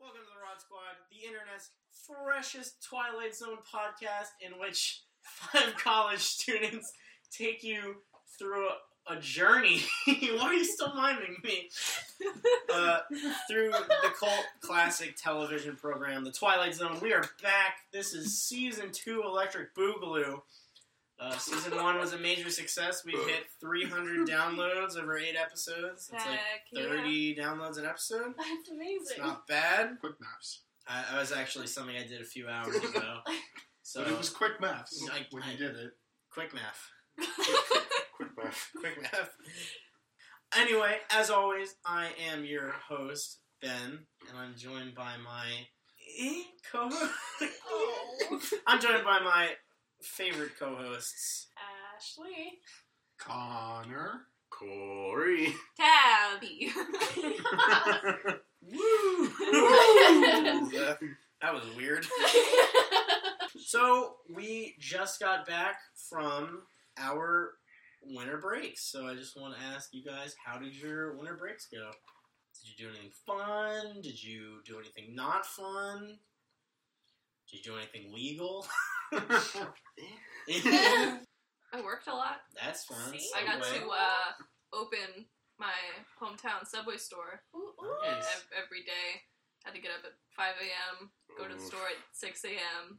Pod Squad, the internet's freshest Twilight Zone podcast, in which five college students take you through a, a journey. Why are you still miming me? Uh, through the cult classic television program, The Twilight Zone. We are back. This is season two, Electric Boogaloo. Uh, season one was a major success. We hit 300 downloads over eight episodes. It's like Heck yeah. 30 downloads an episode. That's It's amazing. not bad. Quick maps. I, I was actually something I did a few hours ago. So but it was quick maths I- when I- you did it. quick math, Quick math. quick math. Anyway, as always, I am your host Ben, and I'm joined by my eh, co-host. oh. I'm joined by my favorite co-hosts. Ashley. Connor. Corey. Tabby. Woo! that was weird. So we just got back from our winter breaks. So I just want to ask you guys, how did your winter breaks go? Did you do anything fun? Did you do anything not fun? Did you do anything legal? I worked a lot. That's fun. See? I got Subway. to uh, open my hometown Subway store Ooh, ooh. and Nice. ev- every day. Had to get up at 5 a.m., go to the store at 6 a.m.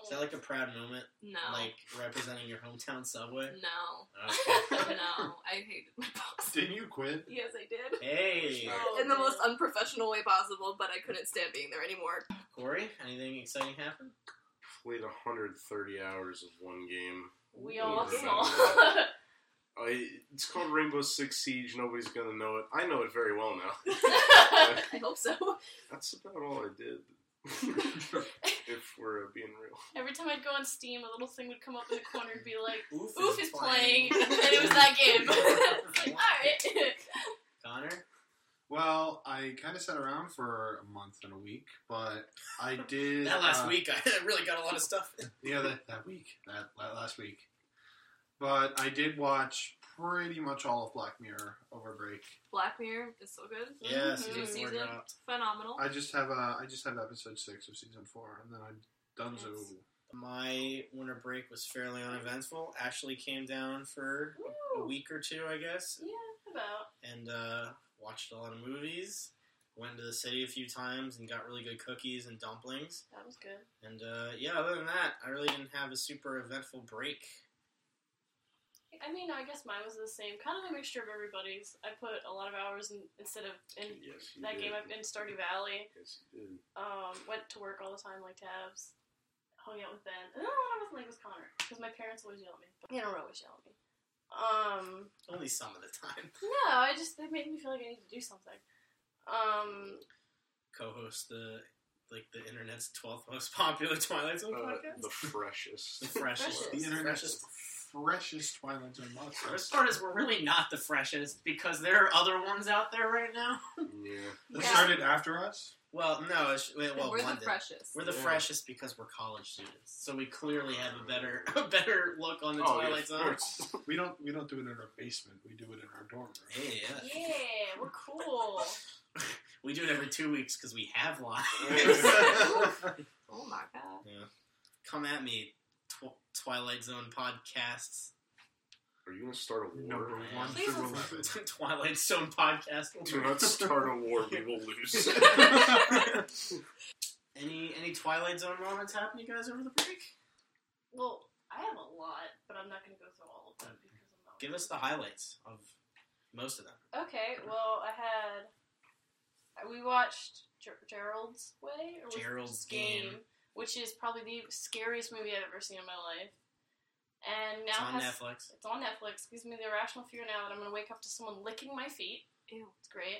Is that like a proud moment, No. like representing your hometown subway? no. Okay. No. I hated my boss. Didn't you quit? Yes, I did. hey, Oh, In the no. most unprofessional way possible, but I couldn't stand being there anymore. Corey, anything exciting happen? Played 130 hours of one game. We all Yeah. saw. I, it's called Rainbow Six Siege. Nobody's gonna know it. I know it very well now. I hope so. That's about all I did. if we're being real. Every time I'd go on Steam, a little thing would come up in the corner and be like, Oof, Oof is playing. and it was that game. it's like, alright. Connor, Well, I kind of sat around for a month and a week, but I did. that last uh, week I really got a lot of stuff. Yeah, that, that week. That, that last week. But I did watch pretty much all of Black Mirror over break. Black Mirror is so good. Yes, just Mhm. New Mm-hmm. season, more dropped. phenomenal. I just have uh, I just have episode six of season four, and then I'm donezo. Nice. My winter break was fairly uneventful. Ashley came down for a Woo. week or two, I guess, Yeah, about. and uh, watched a lot of movies. Went to the city a few times and got really good cookies and dumplings. That was good. And uh, yeah, other than that, I really didn't have a super eventful break. I mean, I guess mine was the same. Kind of a mixture of everybody's. I put a lot of hours in, instead of in Yes, you that did. game I've in Stardew Valley. Yes, you did. um, went to work all the time, like tabs, hung out with Ben. And then when I was like was Connor, because my parents always yell at me. But they don't always yell at me. Um, Only some of the time. no, I just they made me feel like I need to do something. Um, Co-host the like the internet's twelfth most popular Twilight Zone Uh, podcast. the freshest. The freshest. Freshest. The internet's Freshest. freshest Twilight Zone The worst monster. part is we're really not the freshest because there are other ones out there right now. yeah. That Yeah. started after us. Well, no, it's, well, And we're one the did. freshest. We're the Yeah. freshest because we're college students, so we clearly have a better a better look on the Oh, yeah, Twilight of Zone. course. We don't we don't do it in our basement. We do it in our dorm room. Hey, yeah. yeah, we're cool. We do it every two weeks because we have lives. Oh my god. Come at me, tw- Twilight Zone podcasts. Are you gonna start a war? Number one Please through don't- eleven. Twilight Zone podcast. Do not start a war. We will lose. Uh, any any Twilight Zone moments happen to you guys over the break? well, I have a lot, but I'm not gonna go through all of them because I'm not. Give us the highlights of most of them. Okay, well, I had. We watched Ger- Gerald's Way or was it Gerald's just Game, Game. which is probably the scariest movie I've ever seen in my life. And It's now on has, Netflix. it's on Netflix. Gives me the irrational fear now that I'm going to wake up to someone licking my feet. Ew. It's great.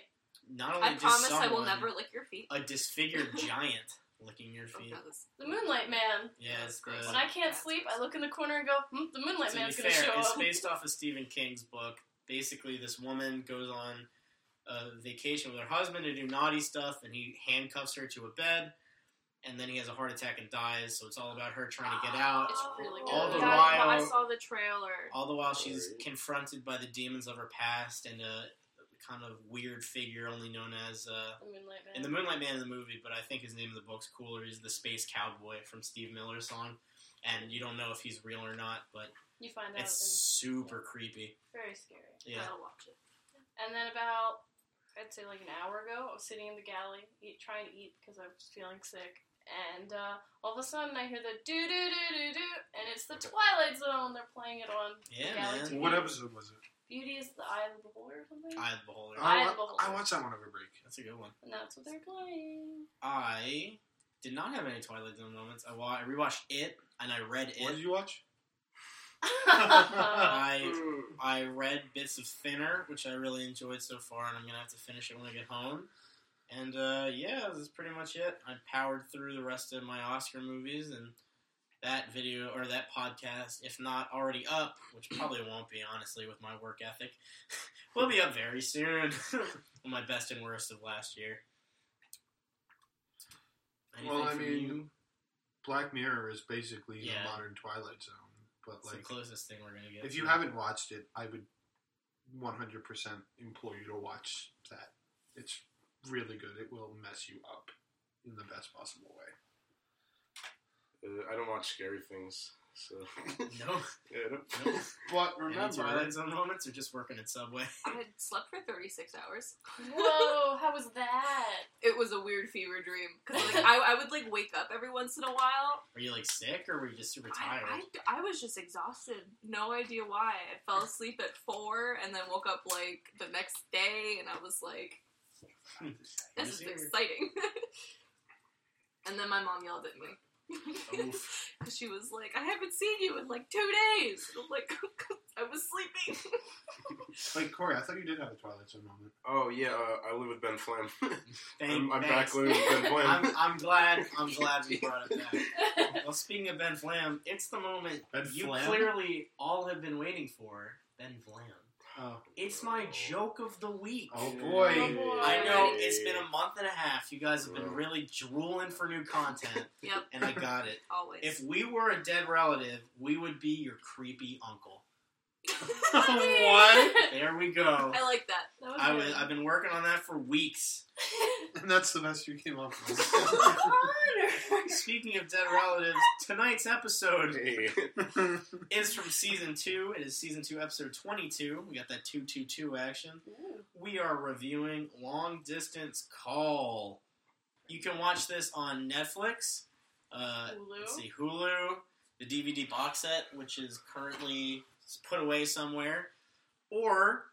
Not only I just promise I someone, will never lick your feet. a disfigured giant licking your Oh, feet. God, this- The Moonlight Man. Yeah, it's the Gross. When I can't sleep, I look in the corner and go, hmm, "The Moonlight to be Man's going to fair, show it's up." based off of Stephen King's book. Basically, this woman goes on a vacation with her husband to do naughty stuff, and he handcuffs her to a bed, and then he has a heart attack and dies. So it's all about her trying to get Ah, out. It's really good. All the God, while- I saw the trailer. All the while, she's Alright. confronted by the demons of her past and a kind of weird figure only known as uh, The Moonlight Man. in the Moonlight Man in the movie, but I think his name in the book's cooler is the Space Cowboy from Steve Miller's song. And you don't know if he's real or not, but you find out it's super creepy. and very scary. Yeah. Gotta watch it. And then about I'd say like an hour ago, I was sitting in the galley eat, trying to eat because I was feeling sick, and uh, all of a sudden I hear the doo doo doo doo doo, and it's the Twilight Zone. They're playing it on Yeah, the galley man. TV. What episode was it? Beauty is the Eye of the Beholder or something. Eye of the Beholder. Uh, Eye I, of the wa- Beholder. I watched that one over break. That's a good one. and that's what they're playing. I did not have any Twilight Zone moments. I, wa- I rewatched it and I read What did it. you watch? I Hmm. Mm. I read bits of Thinner, which I really enjoyed so far, and I'm gonna have to finish it when I get home. And uh, yeah, this is pretty much it. I powered through the rest of my Oscar movies, and that video or that podcast, if not already up, which probably won't be, honestly, with my work ethic, will be up very soon. my best and worst of last year. Well, I from mean, you? Black Mirror is basically Yeah. the modern Twilight Zone, but it's the like closest thing we're gonna get. if to you it. haven't watched it, I would 100% implore you to watch that. It's really good. It will mess you up in the best possible way. Uh, I don't watch scary things, so no, yeah, I don't- no. But Any Twilight remember, Zone moments or just working at Subway? I had slept for 36 hours. Whoa, how was that? It was a weird fever dream. Because like, I, I would like wake up every once in a while. Were you like sick or were you just super tired? I, I, I was just exhausted. No idea why. I fell asleep at 4 and then woke up like the next day and I was like, this is Easier. exciting. and then my mom yelled at me. Oof. Because she was like, I haven't seen you in like two days. And I'm like, I was sleeping. like Corey, I thought you did have a Twilight Zone moment. Oh yeah, uh, I live with Ben Flam. Thank, I'm, I'm thanks. back living with Ben Flam. I'm, I'm glad. I'm glad we brought up that. Well, speaking of Ben Flam, it's the moment Ben you Flam? clearly all have been waiting for. Ben Flam. Oh, It's my joke of the week. Oh, boy. boy. I know it's been a month and a half. You guys have been really drooling for new content, yep, and I got it. always. If we were a dead relative, we would be your creepy uncle. What? There we go. I like that. That was I good. was, I've been working on that for weeks. and that's the best you came up with. Honor. Speaking of dead relatives, tonight's episode Hey. is from season two. It is season two, episode 22. We got that 222 action. Ooh. We are reviewing Long Distance Call. You can watch this on Netflix, uh, let's Hulu. see, Hulu, the DVD box set, which is currently put away somewhere, or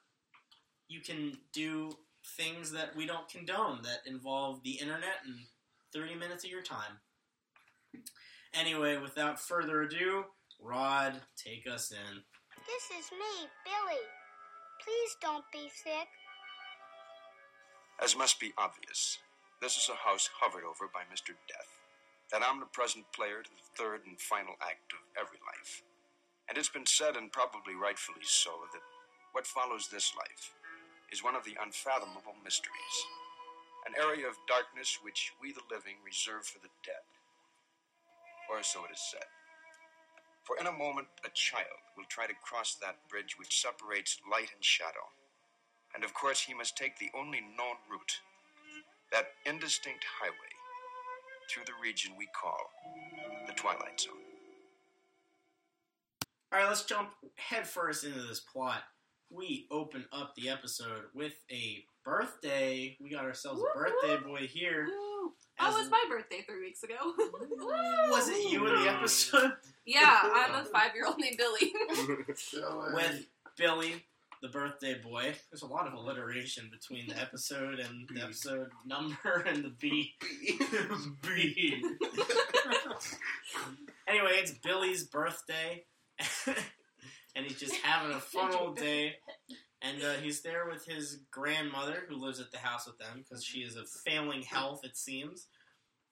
you can do things that we don't condone that involve the internet and 30 minutes of your time. Anyway, without further ado, Rod, take us in. This is me, Billy. Please don't be sick. As must be obvious, this is a house hovered over by Mr. Death, that omnipresent player to the third and final act of every life. And it's been said, and probably rightfully so, that what follows this life is one of the unfathomable mysteries, an area of darkness which we the living reserve for the dead. Or so it is said. For in a moment, a child will try to cross that bridge which separates light and shadow. And of course, he must take the only known route that indistinct highway through the region we call the Twilight Zone. All right, let's jump headfirst into this plot. We open up the episode with a birthday. We got ourselves Whoop, a birthday whoop. boy here. Woo. That As- was my birthday three weeks ago. Was it you in the episode yeah, I'm a five year old named Billy. So, uh, with Billy, the birthday boy? There's a lot of alliteration between the episode and the episode number and the B. B. anyway, it's Billy's birthday, and he's just having a fun old day. And uh, he's there with his grandmother, who lives at the house with them because she is of failing health, it seems.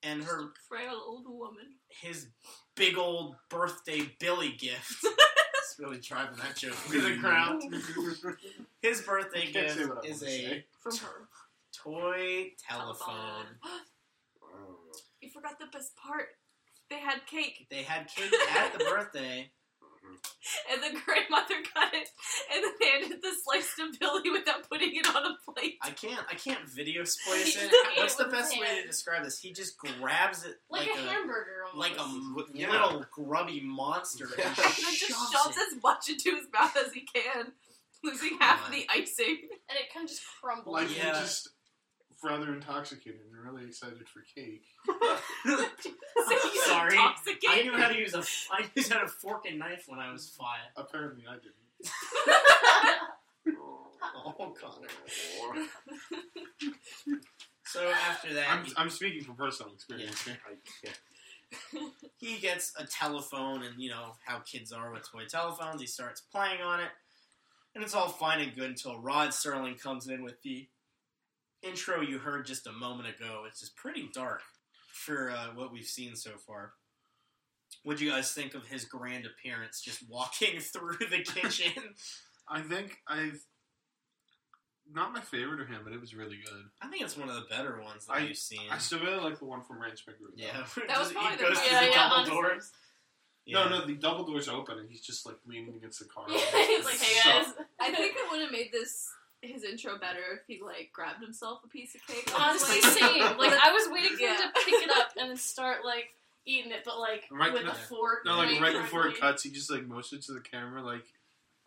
And her frail old woman. his big old birthday Billy gift. it's really driving that joke to the ground. uh, His birthday I can't gift say what I is a wanna say. From her. toy telephone. Wow. you forgot the best part. They had cake. They had cake at the birthday, and the grandmother cut it, and then handed the slice to Billy without putting it on a plate. I can't. I can't video splice it. He What's the ate with his best way hand. to describe this? He just grabs it Like, a, hamburger almost. like a m- Yeah. little grubby monster Yeah. and And then just shoves shoves it. as much into his mouth as he can, losing half on. of the icing. and it kind of just crumbles. Like Yeah. you're just rather intoxicated and really excited for cake. He's Sorry. intoxicated. I knew how to use a. I used how to fork and knife when I was five. Apparently, I didn't. Oh, Connor. So after that, I'm, he- I'm speaking from personal experience here. I can't. he gets a telephone, and you know how kids are with toy telephones. He starts playing on it, and it's all fine and good until Rod Serling comes in with the intro you heard just a moment ago. It's just pretty dark for uh, what we've seen so far. What do you guys think of his grand appearance, just walking through the kitchen? I think I've not my favorite of him, but it was really good. I think it's one of the better ones that I- we've seen. I still really like the one from Ranch McGrew. though. yeah, That was He probably the goes best. through yeah, the yeah, double honestly. doors. No, Yeah. no, the double door's open and he's just like leaning against the car. Yeah, he's like, hey guys. I think it would have made this his intro better if he like grabbed himself a piece of cake. on his Honestly, plate. same. Like I was waiting for Yeah. him to pick it up and then start like eating it, but like Right, with no, a fork. No, like like, right before it directly. cuts, he just like motions to the camera, like,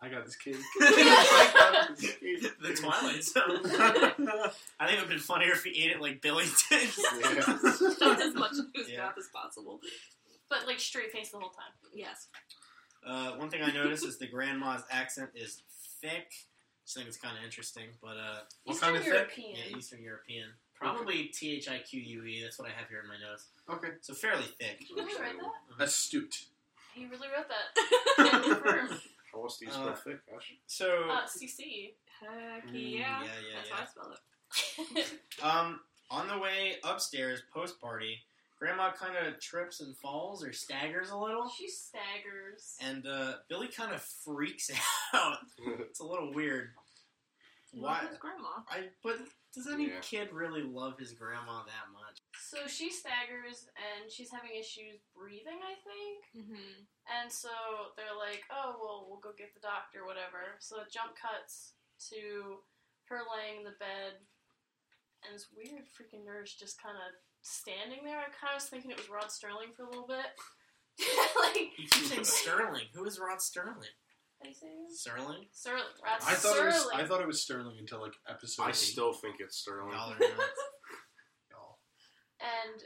"I got this cake." the Twilight Zone. I think it would have been funnier if he ate it like Billy did. Yeah. Shoved as much into his Yeah. mouth as possible. But like straight face the whole time. Yes. Uh, one thing I noticed is the grandma's accent is thick. Just think it's kind of interesting, but uh, What Eastern kind of thing? European. yeah, Eastern European, probably T H I Q U E. That's what I have here in my notes. Okay, So fairly thick. You really read that? astute. You really wrote that. Confirmed. How else do you Uh, spell thick? Gosh. So uh, CC. Heck Oh, Mm, yeah. yeah, yeah, That's yeah. how I spell it. Um, on the way upstairs, post party, Grandma kind of trips and falls or staggers a little, she staggers. and uh, Billy kind of freaks out. It's a little weird. Why? His grandma. I but does any Yeah. kid really love his grandma that much? So she staggers and she's having issues breathing, I think. Mm-hmm. And so they're like, oh, well, we'll go get the doctor, whatever. So it jump cuts to her laying in the bed, and this weird freaking nurse just kind of standing there. I kind of was thinking it was Rod Sterling for a little bit. like, You keep saying Sterling. Who is Rod Sterling? how do you say this? Sterling? Sterling. Rod I thought it Sterling. was. I thought it was Sterling until like episode. I eight. still think it's Sterling. Dollar amount. Y'all. and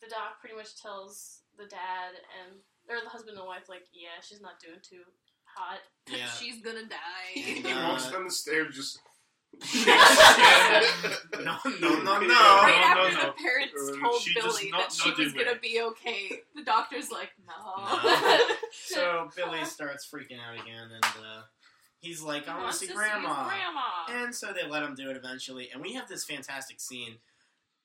the doc pretty much tells the dad and, or the husband and wife, like, yeah, she's not doing too hot. Yeah. She's gonna He die. Yeah. walks down the stairs just. no, no, no, no. right no, after no. the parents Uh, told she does Billy not that she know the was gonna way. be okay, the doctor's like, No. So Billy starts freaking out again, and uh, he's like, He "I want wants to see his Grandma." grandma. And so they let him do it eventually, and we have this fantastic scene.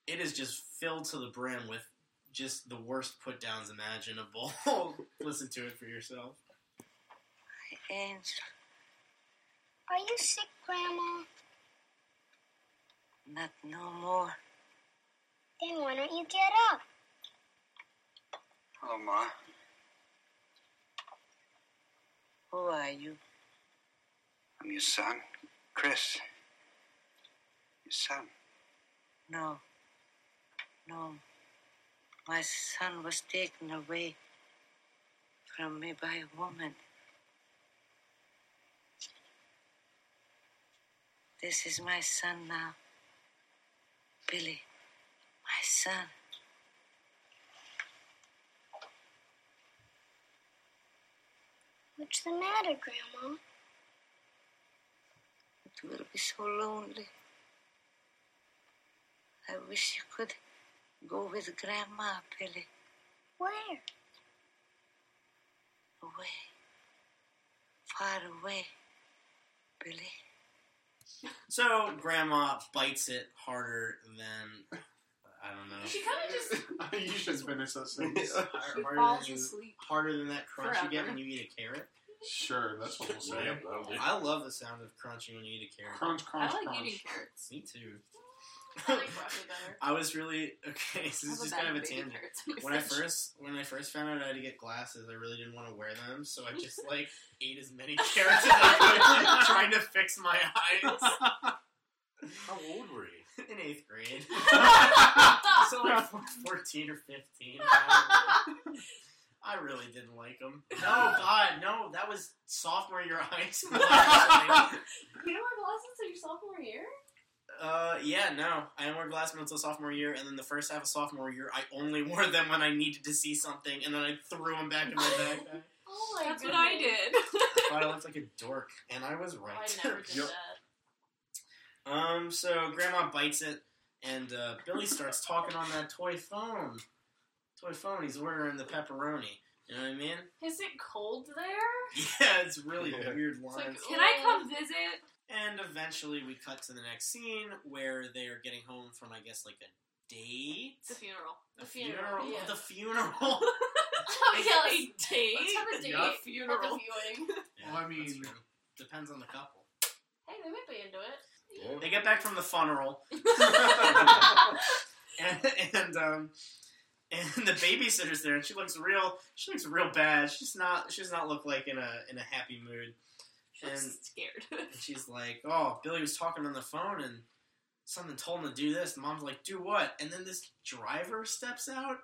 It is just filled to the brim with just the worst put downs imaginable. Listen to it for yourself. And are you sick, Grandma? Not no more. Then why don't you get up? Hello, Ma. Who are Oh, you? I'm your son, Chris. Your son. No. No. My son was taken away from me by a woman. This is my son now. Billy. My son. What's the matter, Grandma? It will be so lonely. I wish you could go with Grandma, Billy. Where? Away. Far away, Billy. So Grandma bites it harder than I don't know. she kind of just you should finish that sentence. Har- harder, falls than, asleep. harder than that crunch you get Forever. when you eat a carrot. Sure, that's what we'll say. Yeah, that'll do. I love the sound of crunching when you eat a carrot. Crunch, crunch, I like crunch. eating carrots. Me too. I like broccoli better. I was really okay. This How is about just that kind of a baby tangent. carrots in my When I fridge? first when I first found out I had to get glasses, I really didn't want to wear them, so I just like ate as many carrots as I could, trying to fix my eyes How old were you? in eighth grade. Stop. so like fourteen or fifteen. probably. I really didn't like them. No, God, no. That was sophomore year of high school. actually. You don't wear glasses till your sophomore year? uh, yeah, no. I wore glasses until sophomore year, and then the first half of sophomore year, I only wore them when I needed to see something, and then I threw them back in my backpack. Oh my That's what I goodness. did. thought I looked like a dork, and I was right. I never did Yup. that. Um, so Grandma bites it, and uh, Billy starts talking on that toy phone. Toy phone. He's ordering the pepperoni. You know what I mean? Is it cold there? Yeah, it's really Yeah. weird like- lines. Can I come visit? and eventually, we cut to the next scene where they are getting home from, I guess, like a date. The funeral. A The funeral, yeah. The funeral. Oh, yeah, let's, a date. let's have a date Yeah. at the viewing. Yeah, Well, I that's mean- true. depends on the couple. Hey, they might be into it. Yeah. They get back from the funeral, and and um, and the babysitter's there, and she looks real. She looks real bad. She's not. She does not look like in a in a happy mood. I'm And- scared. And she's like, "Oh, Billy was talking on the phone, and something told him to do this." The mom's like, "Do what?" And then this driver steps out.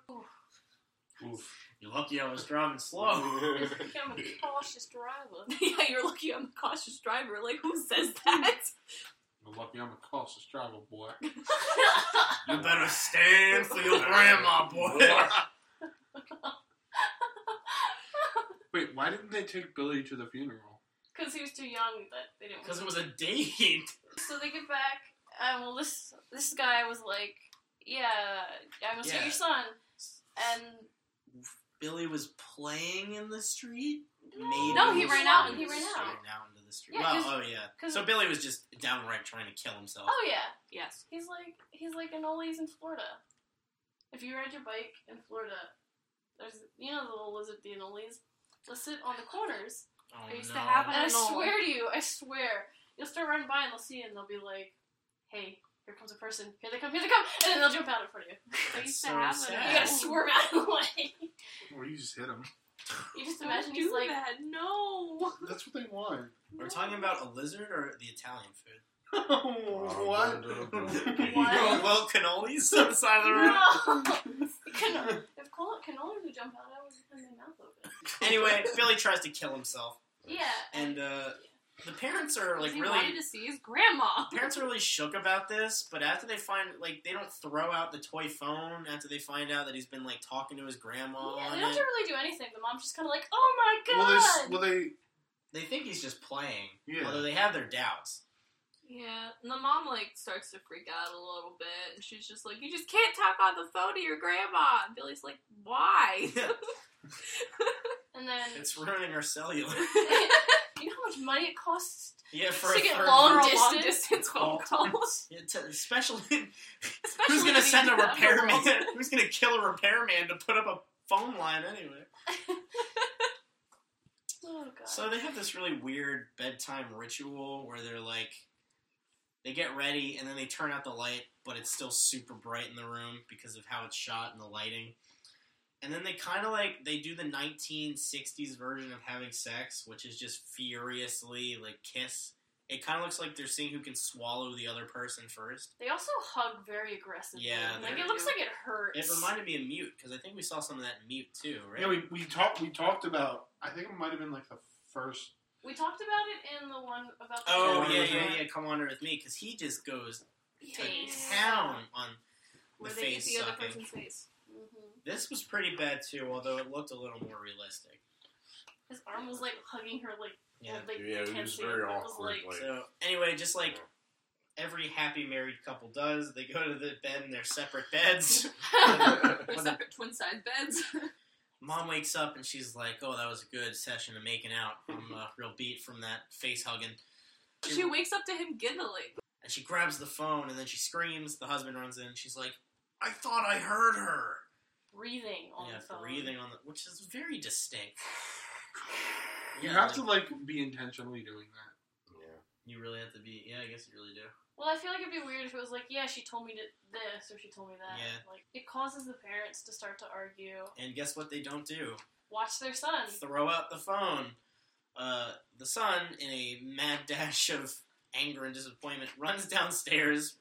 Oof. You're lucky I was driving slow. Become a cautious driver. yeah, you're lucky I'm a cautious driver. Like, who says that? Well, lucky I'm a cautious travel boy. You better stand for your grandma, boy. Wait, why didn't they take Billy to the funeral? Because he was too young that they didn't Because it was a date. So they get back, and well, this this guy was like, "Yeah, I'm gonna see Yeah. your son," and Billy was playing in the street. No, he ran out and and he ran out. Ran out into the street. Yeah, well, 'cause- oh yeah. 'cause- So Billy was just downright trying to kill himself. oh yeah, yes. he's like he's like an oldies in Florida. If you ride your bike in Florida, there's you know the little lizard the anoles. They'll sit on the corners, Oh, I used to no. have and an I anole. swear to you, I swear, you'll start running by and they'll see you, and they'll be like, "Hey." Here comes a person. Here they come. Here they come. And then they'll jump out in front of you. I That's used so to have sad. an You gotta swerve out of the way. Or you just hit him. You just Don't imagine do he's like that. No. That's what they want. We're talking about a lizard or the Italian food. what? Little little cannolis on the side of the road. No! Can- if canola, canola would jump out, I would put my mouth open. Anyway, Billy tries to kill himself, Yeah. and uh, the parents are like he really. wanted to see his grandma. the Parents are really shook about this, but after they find like they don't throw out the toy phone after they find out that he's been like talking to his grandma yeah, on they don't it. really do anything. The mom's just kind of like, oh my Well, they, s- god! well, they They think he's just playing, Yeah. although they have their doubts. Yeah, and the mom like starts to freak out a little bit, and she's just like, "You just can't talk on the phone to your grandma." And Billy's like, "Why?" and then, It's ruining our cellular. you know how much money it costs Yeah, for To a get third long For a world- long distance distance phone call. call. Yeah, to- especially Especially who's gonna when you send a do that for repairman? long- who's gonna kill a repairman to put up a phone line anyway? Oh god. So they have this really weird bedtime ritual where they're like, they get ready and then they turn out the light, but it's still super bright in the room because of how it's shot and the lighting. And then they kind of like they do the 1960s version of having sex, which is just furiously like kiss. It kind of looks like they're seeing who can swallow the other person first. they also hug very aggressively. Yeah, Like, they it looks do. like it hurts. It reminded me of Mute because I think we saw some of that in Mute too, right? Yeah, we, we talked we talked about. I think it might have been like the first. We talked about it in the one about the. oh Come On yeah, Earth yeah, With yeah. Come on, with me because he just goes to Face. town on Where the they face eat the other sucking. person's face. hmm This was pretty bad too, although it looked a little more realistic. His arm was like hugging her, like, Yeah. well, like Yeah, it can't was see very but it was, awkward, like, like- So anyway, just like every happy married couple does, they go to the bed in their separate beds. They're separate twin size beds. Mom wakes up and she's like, "Oh, that was a good session of making out. I'm uh, real beat from that face hugging." she wakes up to him giggling. and she grabs the phone and then she screams. The husband runs in. She's like, "I thought I heard her." breathing on yeah, the phone. breathing on the, which is very distinct. You Yeah, have like- to like be intentionally doing that. You really have to be. Yeah, I guess you really do. Well, I feel like it'd be weird if it was like, yeah, she told me to this or she told me that. Yeah. Like it causes the parents to start to argue. And guess what they don't do? Watch their son. Throw out the phone. Uh, the son, in a mad dash of anger and disappointment, runs downstairs.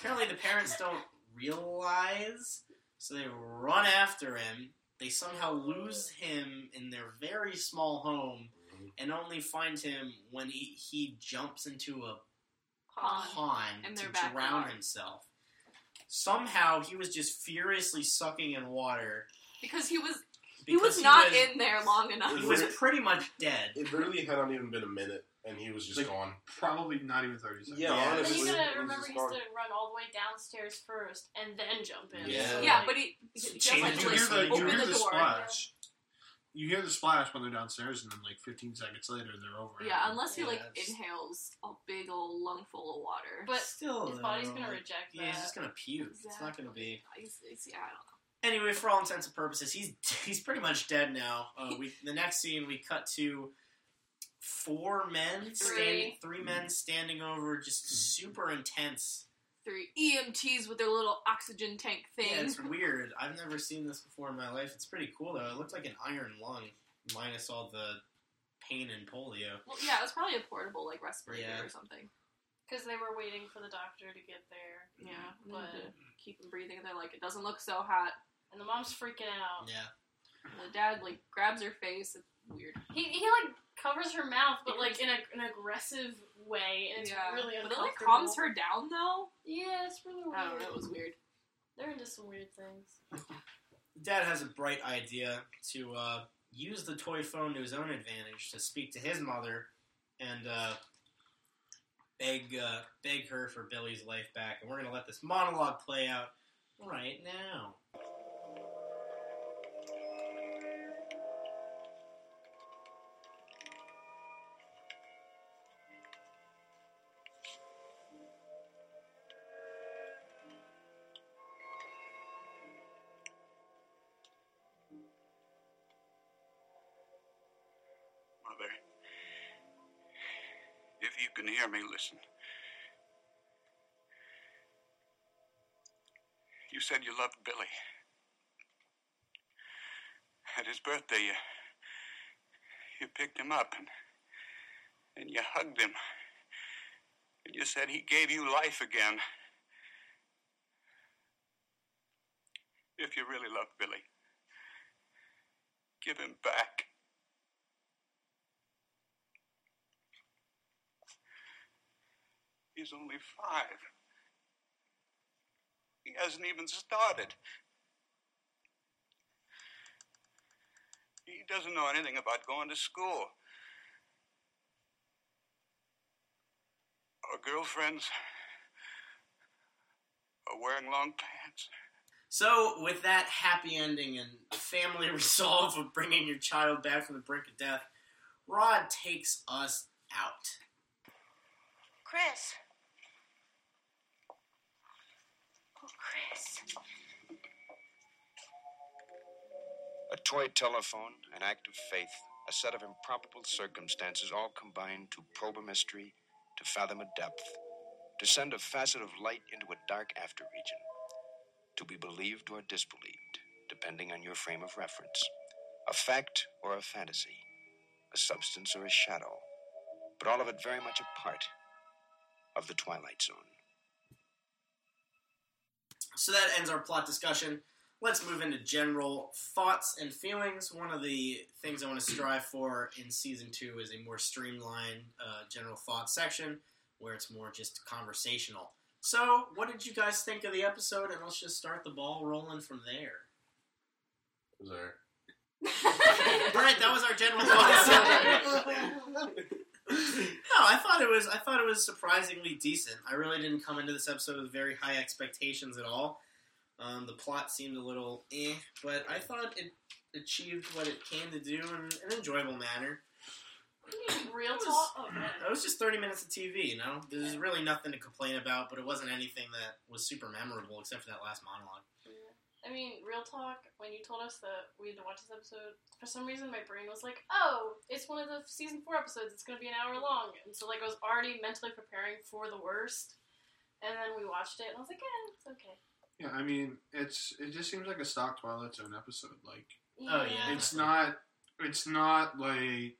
Apparently, the parents don't realize, so they run after him. They somehow lose him in their very small home and only find him when he, he jumps into a Pond. pond In to their drown backyard. himself. Somehow he was just furiously sucking in water. Because he was he because was not was- in there long enough. He was pretty much dead. It really had not even been a minute, and he was just Like- gone. Probably not even 30 seconds. Yeah, Yeah. But honestly. you it was gotta remember just he's gone. gonna run all the way downstairs first and then jump in. Yeah. So, yeah, like, but he, So he just change like it you hear the, like, something. you opened hear the, the, door. splash. You hear the splash when they're downstairs, and then like 15 seconds later, they're over. Yeah, unless he like Yeah, it's- inhales a big old lungful of water. But still, his body's though, gonna like, reject Yeah, Oh, he's that. just gonna puke. It's not gonna be. He's- he's- yeah, I don't know. Anyway, for all intents and purposes, he's he's pretty much dead now. Uh, we the next scene we cut to four men, standing, Three. three men standing over, just super intense Three EMTs with their little oxygen tank thing. Yeah, it's weird. I've never seen this before in my life. It's pretty cool though. It looked like an iron lung, minus all the pain and polio. well, yeah, it was probably a portable like respirator Yeah. or something. Because they were waiting for the doctor to get there. Yeah, and they But, had to keep him breathing. And they're like, it doesn't look so hot. and the mom's freaking out. Yeah, And the dad like grabs her face. It's weird. He, he like covers her mouth, but like in a, an aggressive way, and it's yeah, really but it uncomfortable. like calms her Oh, down though. Yeah, it's really I don't know. weird. It was weird. They're into some weird things. Dad has a bright idea to uh, use the toy phone to his own advantage to speak to his mother and uh, beg uh, beg her for Billy's life back. And we're gonna let this monologue play out right now. Mother, if you can hear me, listen. You said you loved Billy. At his birthday, you, you picked him up and, and you hugged him. And you said he gave you life again. If you really love Billy, give him back. He's only five. He hasn't even started. He doesn't know anything about going to school. Or girlfriends. Or wearing long pants. So, with that happy ending and family resolve of bringing your child back from the brink of death, Rod takes us out. Chris. Oh, Chris. A toy telephone, an act of faith, a set of improbable circumstances all combined to probe a mystery, to fathom a depth, to send a facet of light into a dark after region, to be believed or disbelieved, depending on your frame of reference, a fact or a fantasy, a substance or a shadow, but all of it very much a part of the Twilight Zone. So that ends our plot discussion. Let's move into general thoughts and feelings. One of the things I want to strive for in season two is a more streamlined uh, general thought section where it's more just conversational. So, what did you guys think of the episode? And let's just start the ball rolling from there. It was alright. All right, that was our general thoughts. No, I thought it was I thought it was surprisingly decent. I really didn't come into this episode with very high expectations at all. Um, the plot seemed a little eh, but I thought it achieved what it came to do in an enjoyable manner. Real It was- talk. Oh, man. It was just 30 minutes of TV, you know? There's really nothing to complain about, but it wasn't anything that was super memorable except for that last monologue. I mean, real talk, when you told us that we had to watch this episode, for some reason my brain was like, oh, it's one of the season four episodes. It's going to be an hour long. And so, like, I was already mentally preparing for the worst. And then we watched it, and I was like, yeah, it's okay. Yeah, I mean, it's it just seems like a stock Twilight Zone episode. Like Oh, yeah. it's not it's not like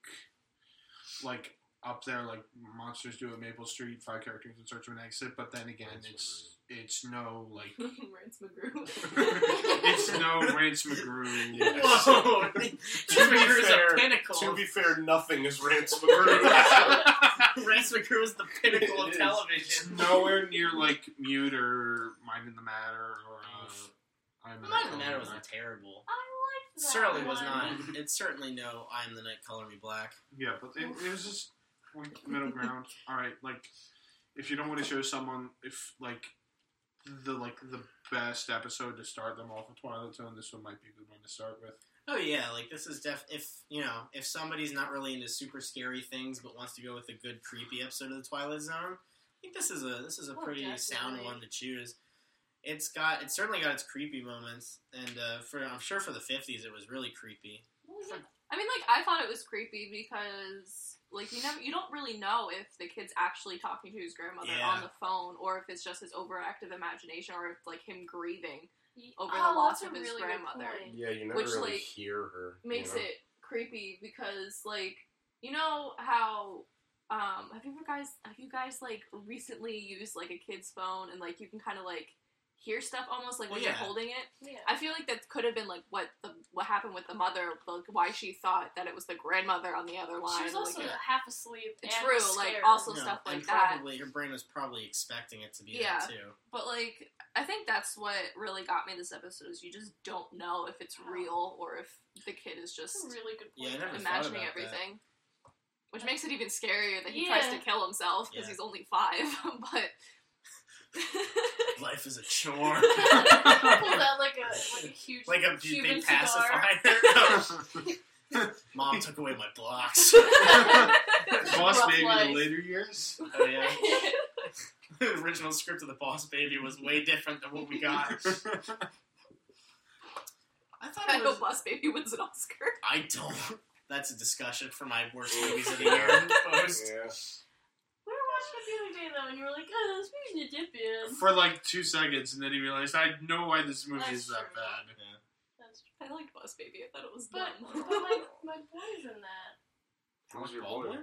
like up there like monsters do at Maple Street, five characters in search of an exit. But then again, Rance it's it's no like Rance McGrew. it's no Rance McGrew. Yes. Whoa! To be Jupiter is fair- a pinnacle. To be fair, nothing is Rance McGrew. Rance McGrew is the pinnacle of It is. It's television. nowhere near like Mute or Mind in the Matter or uh, I'm Well, Mind the Matter wasn't terrible. I liked that. certainly was one. not. It's certainly no. I am the night. Color me black. Yeah, but it, it was just like, middle ground. All right, like if you don't want to show someone if like the like the best episode to start them off with Twilight Zone, this one might be a good one to start with. Oh yeah, like this is def. If you know, if somebody's not really into super scary things but wants to go with a good creepy episode of the Twilight Zone, I think this is a this is a Oh, pretty sound definitely. one to choose. It's got it's certainly got its creepy moments, and uh, for I'm sure for the fifties it was really creepy. I mean, like I thought it was creepy because like you never you don't really know if the kid's actually talking to his grandmother Yeah. on the phone or if it's just his overactive imagination or if like him grieving Over the Oh, loss that's of a his really good grandmother. point. yeah, you never Which, really like, hear her. you makes know? it creepy because like you know how um have you ever guys have you guys like recently used like a kid's phone and like you can kind of like hear stuff almost like Well, when yeah. you're holding it Yeah. I feel like that could have been like what the what happened with the mother, like why she thought that it was the grandmother on the other line. She was also like, half asleep. and true, was like scared. also No, stuff and like that. Probably your brain was probably expecting it to be Yeah. that too. But like I think that's what really got me this episode is you just don't know if it's Yeah. real or if the kid is That's a just really good Yeah, I point. never thought imagining about that. everything. Which makes it even scarier that he tries to Yeah. kill himself because Yeah. he's only five. but Life is a chore. Pulled out like a like a huge like a Cuban big cigar. pacifier. Mom took away my blocks. Boss Rough Baby in life. the later years. Oh yeah. the original script of the Boss Baby was way different than what we got. I thought I it was. hope Boss Baby wins an Oscar. I don't. That's a discussion for my worst movies of the year post. Yeah. We were watching it the other day though, and you were like, "Oh, this movie's different." For like two seconds, and then he realized I know why this movie is that That's true. bad. That's true. I liked Boss Baby. I thought it was But, dumb. but my my boy's in that. Who's your boy? Baldwin?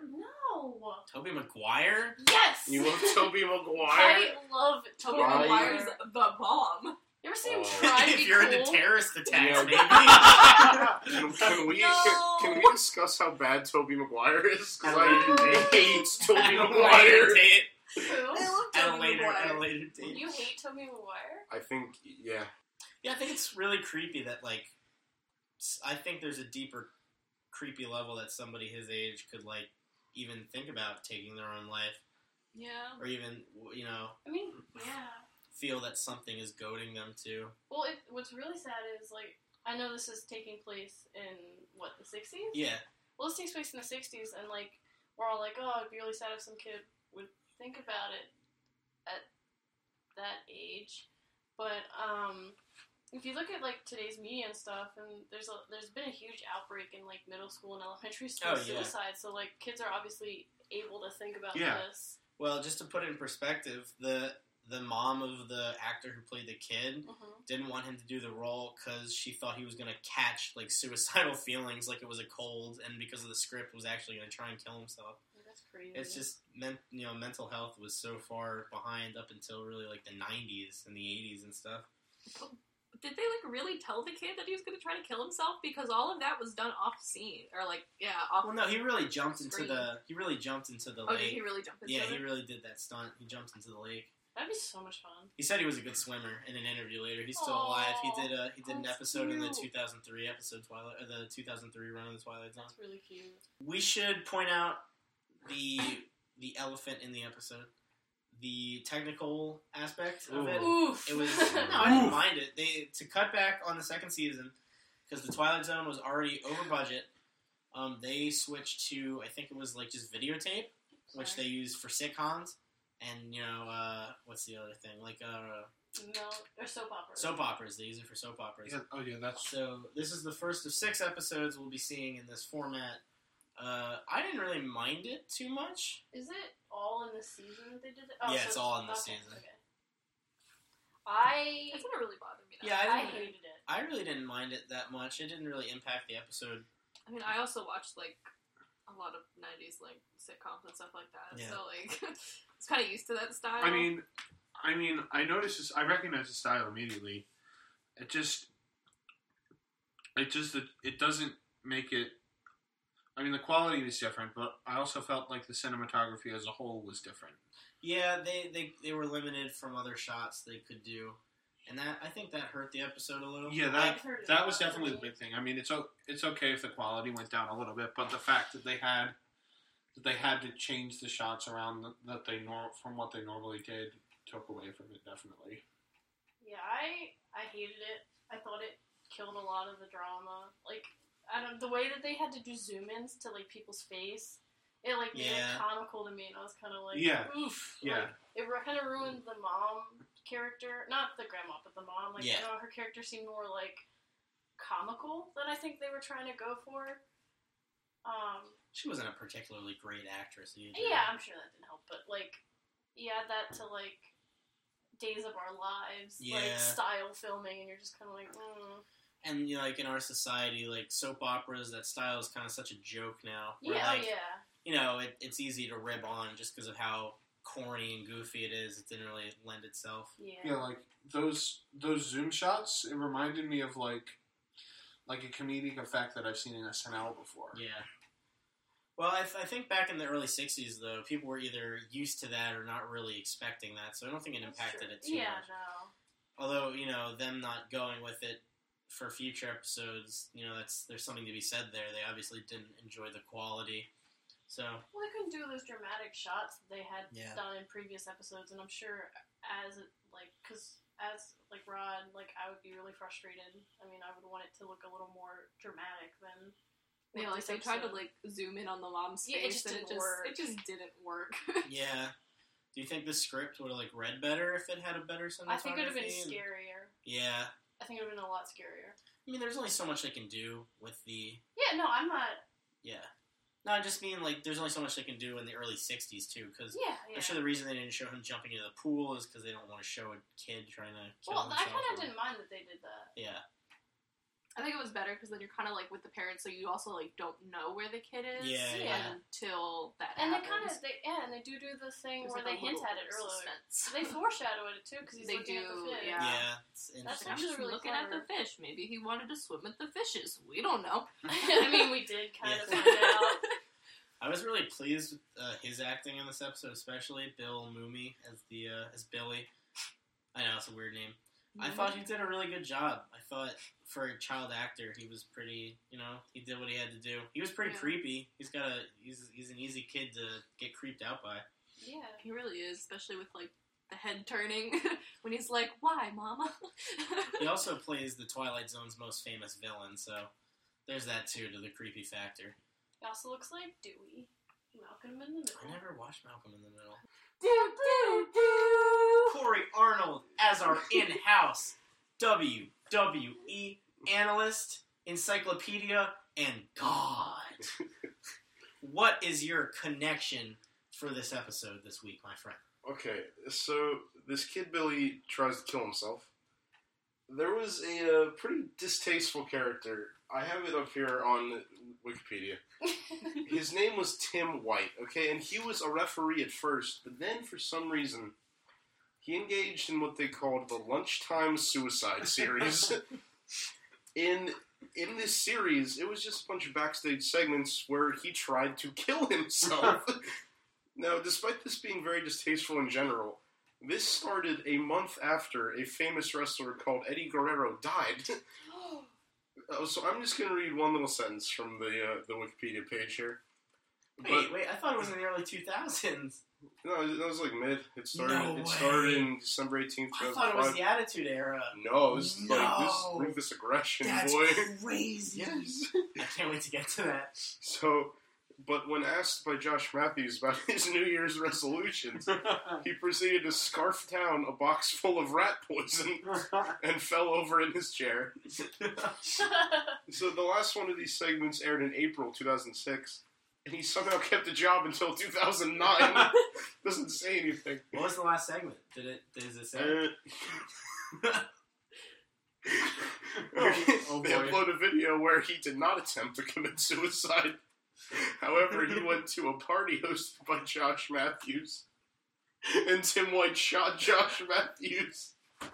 No. Toby Maguire? Yes. You love Toby Maguire? I love Toby Toby Why- Maguire Maguire. is the bomb. You ever seen him Oh. try to if be you're cool? into terrorist attacks, Yeah. maybe. Can, can we No. can, can we discuss how bad Toby Maguire is? Because I hate Toby At a later Maguire. date. I Who? love At Toby a later, Maguire. at a later date. You hate Toby Maguire? I think yeah. Yeah, I think it's really creepy that like s- I think there's a deeper creepy level that somebody his age could like even think about taking their own life Yeah. or even w- you know I mean, Mm. yeah. feel that something is goading them to. Well, it, what's really sad is like I know this is taking place in what the sixties. Yeah. Well, this takes place in the sixties, and like we're all like, oh, it'd be really sad if some kid would think about it at that age. But um, if you look at like today's media and stuff, and there's a there's been a huge outbreak in like middle school and elementary school Oh, yeah. suicide. So like kids are obviously able to think about Yeah. this. Well, just to put it in perspective, the the mom of the actor who played the kid hmm didn't want him to do the role because she thought he was going to catch like suicidal feelings like it was a cold and because of the script was actually going to try and kill himself That's crazy. It's just men- you know mental health was so far behind up until really like the 90s and the 80s and stuff. Did they like really tell the kid that he was gonna try to kill himself? Because all of that was done off scene or like yeah off. Well, no, he really jumped into Scream. the he really jumped into the Oh, did lake. he really jump into yeah, it? he really did that stunt. He jumped into the lake. that'd be so much fun. He said he was a good swimmer in an interview later. He's still Aw, alive. He did a he did an that's episode in the cute. 2003 episode Twilight or the 2003 run of the Twilight Zone. That's really cute. We should point out the the elephant in the episode, the technical aspect of it. Oof. It was no, I didn't Oof. mind it. They to cut back on the second season because the Twilight Zone was already over budget. Um, they switched to I think it was like just videotape, which they use for sitcoms, and you know uh, what's the other thing like uh, No, or soap operas. Soap operas. They use it for soap operas. Yeah, oh yeah, that's So this is the first of six episodes we'll be seeing in this format. Uh, I didn't really mind it too much. Is it all in the season that they did it? Yeah, it's all in the okay, season. Okay. I It's gonna really bother me. Though. Yeah, I I didn't. hated it. I really didn't mind it that much. It didn't really impact the episode. I mean, I also watched like a lot of '90s like sitcoms and stuff like that. Yeah. So like, it's kind of used to that style. I mean, I mean, I noticed this. I recognize the style immediately. It just, it just, it, it doesn't make it. I mean, the quality was different, but I also felt like the cinematography as a whole was different. Yeah, they, they they were limited from other shots they could do, and that I think that hurt the episode a little. Yeah, I- that I've heard of that was that. definitely the big thing. I mean, it's o- it's okay if the quality went down a little bit, but the fact that they had that they had to change the shots around th- that they nor- from what they normally did took away from it definitely. Yeah, I I hated it. I thought it killed a lot of the drama. Like, I don't the way that they had to do zoom ins to like people's face. It like made Yeah. it comical to me, and I was kind of like, Yeah. oof. Yeah. Like, it kind of ruined the mom character, not the grandma, but the mom. Like, Yeah. you know, her character seemed more like comical than I think they were trying to go for. Um, she wasn't a particularly great actress either. yeah, I'm sure that didn't help, but like, you add that to like Days of Our Lives, Yeah. like style filming, and you're just kind of like, mm. And you know, like in our society, like soap operas, that style is kind of such a joke now. where, yeah, oh, like, yeah, you know, it, it's easy to rib on just because of how corny and goofy it is. It didn't really lend itself. yeah, Yeah, like those those zoom shots. It reminded me of like like a comedic effect that I've seen in SNL before. Yeah. Well, I, th- I think back in the early '60s, though, people were either used to that or not really expecting that, so I don't think it That's impacted true. it too yeah, much. no. Although, you know, them not going with it for future episodes, you know, that's there's something to be said there. They obviously didn't enjoy the quality, so Well, they couldn't do those dramatic shots that they had Yeah. done in previous episodes, and I'm sure as it- like because as like Rod, like I would be really frustrated. I mean, I would want it to look a little more dramatic than. Yeah, what like this they tried to episode- like zoom in on the mom's face, Yeah, it just and it didn't just work. it just didn't work. yeah. Do you think the script would have like read better if it had a better cinematography? I think it would have been and- scarier. Yeah, I think it would have been a lot scarier. I mean, there's only so much they can do with the Yeah, no, I'm not. yeah. No, I just mean like there's only so much they can do in the early '60s too, because Yeah, yeah. I'm sure the reason they didn't show him jumping into the pool is because they don't want to show a kid trying to kill well, I himself. kind or- of didn't mind that they did that. Yeah, I think it was better because then you're kind of like with the parents, so you also like don't know where the kid is Yeah, yeah. until that. And they kind of happens. they yeah, and they do do the thing There's, where they like, a hint little at it earlier. suspense. They foreshadow it too because he's They looking at the do, fish. yeah, Yeah. it's interesting. That's I'm actually just really looking at the clever. fish. Maybe he wanted to swim with the fishes. We don't know. I mean, we did kind of Yeah. find out. I was really pleased with uh, his acting in this episode, especially Bill Mooney as the uh, as Billy. I know it's a weird name. I Mm-hmm. thought he did a really good job. I thought for a child actor, he was pretty. You know, he did what he had to do. He was pretty Yeah. creepy. He's got a he's he's an easy kid to get creeped out by. Yeah. he really is, especially with like the head turning when he's like, "Why, Mama?" He also plays the Twilight Zone's most famous villain, so there's that too to the creepy factor. He also looks like Dewey. Malcolm in the I Middle. never watched Malcolm in the Middle. do do do. Corey Arnold as our in-house WWE analyst, encyclopedia, and God. what is your connection for this episode this week, my friend? Okay, so this kid Billy tries to kill himself. There was a uh, pretty distasteful character. I have it up here on Wikipedia. His name was Tim White, okay, and he was a referee at first, but then for some reason, he engaged in what they called the lunchtime suicide series. in in this series, it was just a bunch of backstage segments where he tried to kill himself. now, despite this being very distasteful in general, this started a month after a famous wrestler called Eddie Guerrero died. Uh, so I'm just going to read one little sentence from the uh, the Wikipedia page here. Wait, wait, I thought it was in the early 2000s. No, it- that was like mid. It started. No it started way. in December eighteenth, two I thousand thought it was five. the Attitude Era. No, this is like this No. ruthless aggression, That's boy. crazy. Yes. I can't wait to get to that. So But when asked by Josh Matthews about his New Year's resolutions, he proceeded to scarf down a box full of rat poison and fell over in his chair. So the last one of these segments aired in April 2006, and he somehow kept the job until 2009. Doesn't say anything. What was the last segment? Did it? Does it say? Uh, oh Oh, they boy. upload a video where he did not attempt to commit suicide. However, he went to a party hosted by Josh Matthews, and Tim White shot Josh Matthews. Uh,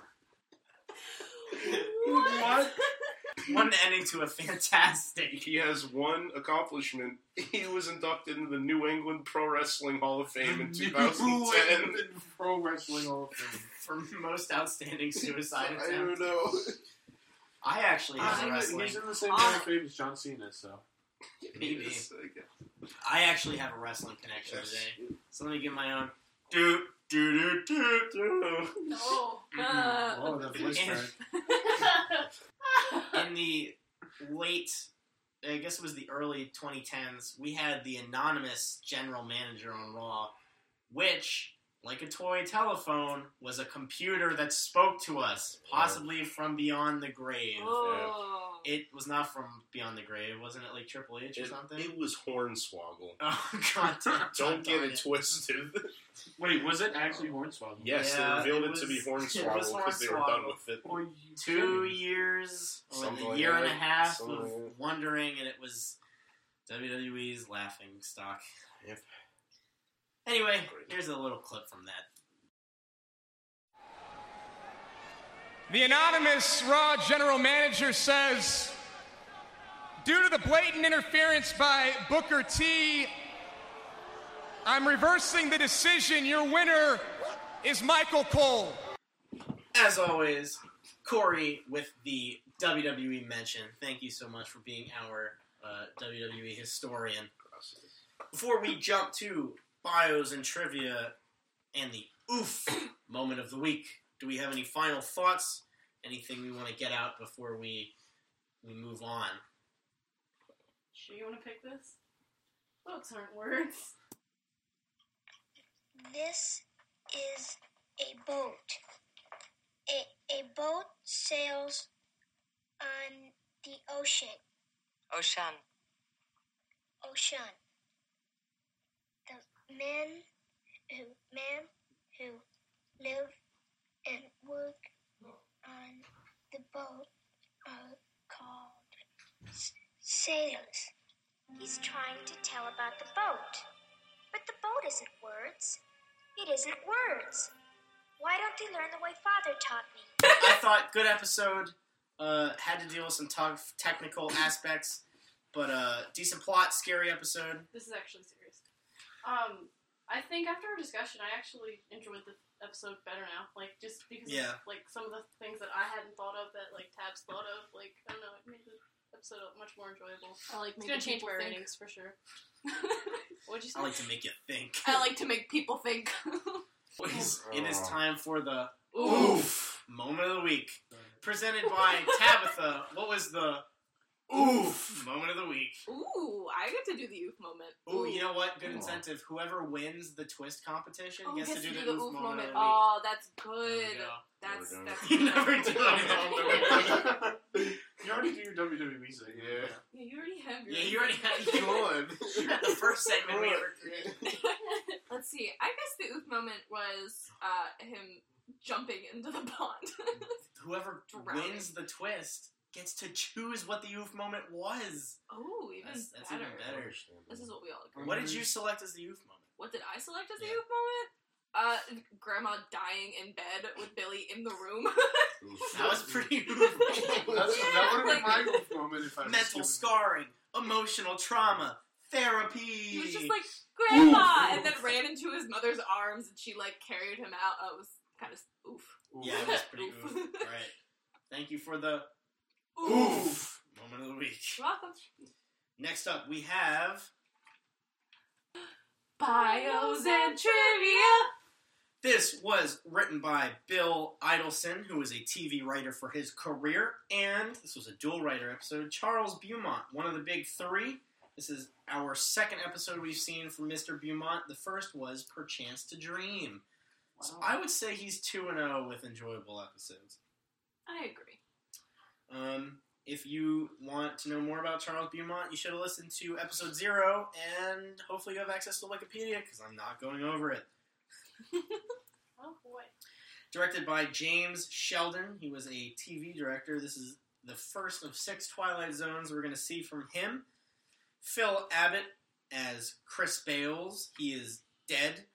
Mm-hmm. What? One ending to a fantastic. He has one accomplishment. He was inducted into the New England Pro Wrestling Hall of Fame in 2010. Pro Wrestling Hall of Fame. For most outstanding suicide I don't attempt, know. I actually He's have in a the- wrestling. He's in the same Hall of Fame as John Cena, so. Maybe. Yes, I guess. I actually have a wrestling connection Yes. today. So let me get my own. Do do do do do. No. Uh, Oh, that voice And- crack. in the late, I guess it was the early 2010s, we had the anonymous general manager on Raw, which, like a toy telephone, was a computer that spoke to us, possibly from beyond the grave. oh. It was not from beyond the grave, wasn't it? Like Triple H or something? It, it was Hornswoggle. oh god! damn. Don't get Darn it twisted. Wait, was it actually Hornswoggle? yes, Yeah, they revealed it it, to be was- it was Hornswoggle because they were done Hornswoggle. with it. Or you Two kidding? years or Something a like year and a that. half Something of like that. wondering, and it was WWE's laughing stock. Yep. Anyway, Great. here's a little clip from that. The anonymous Raw general manager says Due to the blatant interference by Booker T, I'm reversing the decision. Your winner is Michael Cole. As always, Corey with the WWE mention. Thank you so much for being our uh, WWE historian. Before we jump to bios and trivia and the oof moment of the week, do we have any final thoughts? Anything we want to get out before we we move on? Sure, you want to pick this? Those aren't words. This is a boat. A, a boat sails on the ocean. Ocean. Ocean. The men who men who live and work on the boat are called s- sailors. He's trying to tell about the boat. But the boat isn't words. It isn't words. Why don't they learn the way Father taught me? I thought good episode. Uh, had to deal with some tough technical aspects, but uh, decent plot, scary episode. This is actually serious. Um, I think after our discussion, I actually enjoyed the episode better now. Like, just because Yeah. of, like, some of the things that I hadn't thought of that, like, Tabs thought of. Like, I don't know, it made the episode much more enjoyable. I like It's making gonna change people my think. ratings for sure. What'd you say? I like to make you think. I like to make people think. It is- it is time for the Ooh. oof moment of the week, presented by Tabitha. What was the oof moment of the week? Ooh, I get to do the oof moment. Ooh, you know what? Good Come on. incentive. Whoever wins the twist competition Ooh, gets to do the oof moment, of the week. Oh, that's There we good. go. That's There we go. that's. You never do Yeah, it. You already do your WWE thing. Yeah. you already have. Your Yeah, you already had you had the first segment we ever created. Let's see. I guess the oof moment was uh, him jumping into the pond. Whoever Drowning. wins the twist gets to choose what the oof moment was. oh, even That's- that's better. even better. This is Mm-hmm. what we all agree. What did you select as the oof moment? What did I select as the Yeah. oof moment? Uh, grandma dying in bed with Billy in the room. That was pretty oof. That's, that would have been Yeah, my oof moment if I was Mental given- scarring, emotional trauma, therapy. he was just like grandma, Oof. and then ran into his mother's arms, and she like carried him out. Uh, it was kind of oof. Oof. Yeah, that's pretty Oof. oof. All right. Thank you for the Oof. oof moment of the week. You're welcome. Next up, we have Bios and trivia. this was written by Bill Idelson, who was a TV writer for his career, and this was a dual writer episode. Charles Beaumont, one of the big three. This is our second episode we've seen from Mr. Beaumont. The first was Perchance to Dream. So I would say he's 2 and 0 with enjoyable episodes. I agree. Um, if you want to know more about Charles Beaumont, you should have listened to episode zero, and hopefully you have access to Wikipedia because I'm not going over it. Oh boy. Directed by James Sheldon, he was a TV director. This is the first of six Twilight Zones we're going to see from him. Phil Abbott as Chris Bales. He is dead.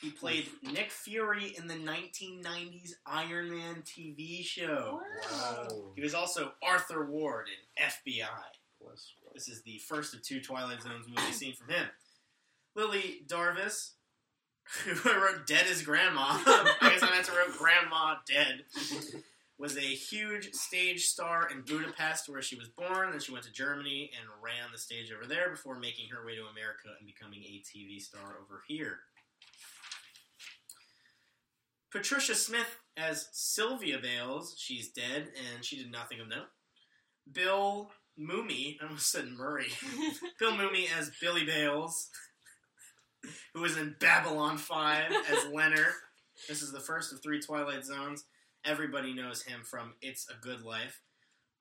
He played Nick Fury in the 1990s Iron Man TV show. Wow. He was also Arthur Ward in FBI. Bless you. This is the first of two Twilight Zones movies seen from him. Lily Darvis, who I wrote dead as grandma. I guess I meant to wrote grandma dead. Was a huge stage star in Budapest, where she was born. Then she went to Germany and ran the stage over there before making her way to America and becoming a TV star over here. Patricia Smith as Sylvia Bales. She's dead, and she did nothing of note. Bill Mooney, I almost said Murray. Bill Mooney as Billy Bales, who was in Babylon 5 as Leonard. This is the first of three Twilight Zones. Everybody knows him from It's a Good Life.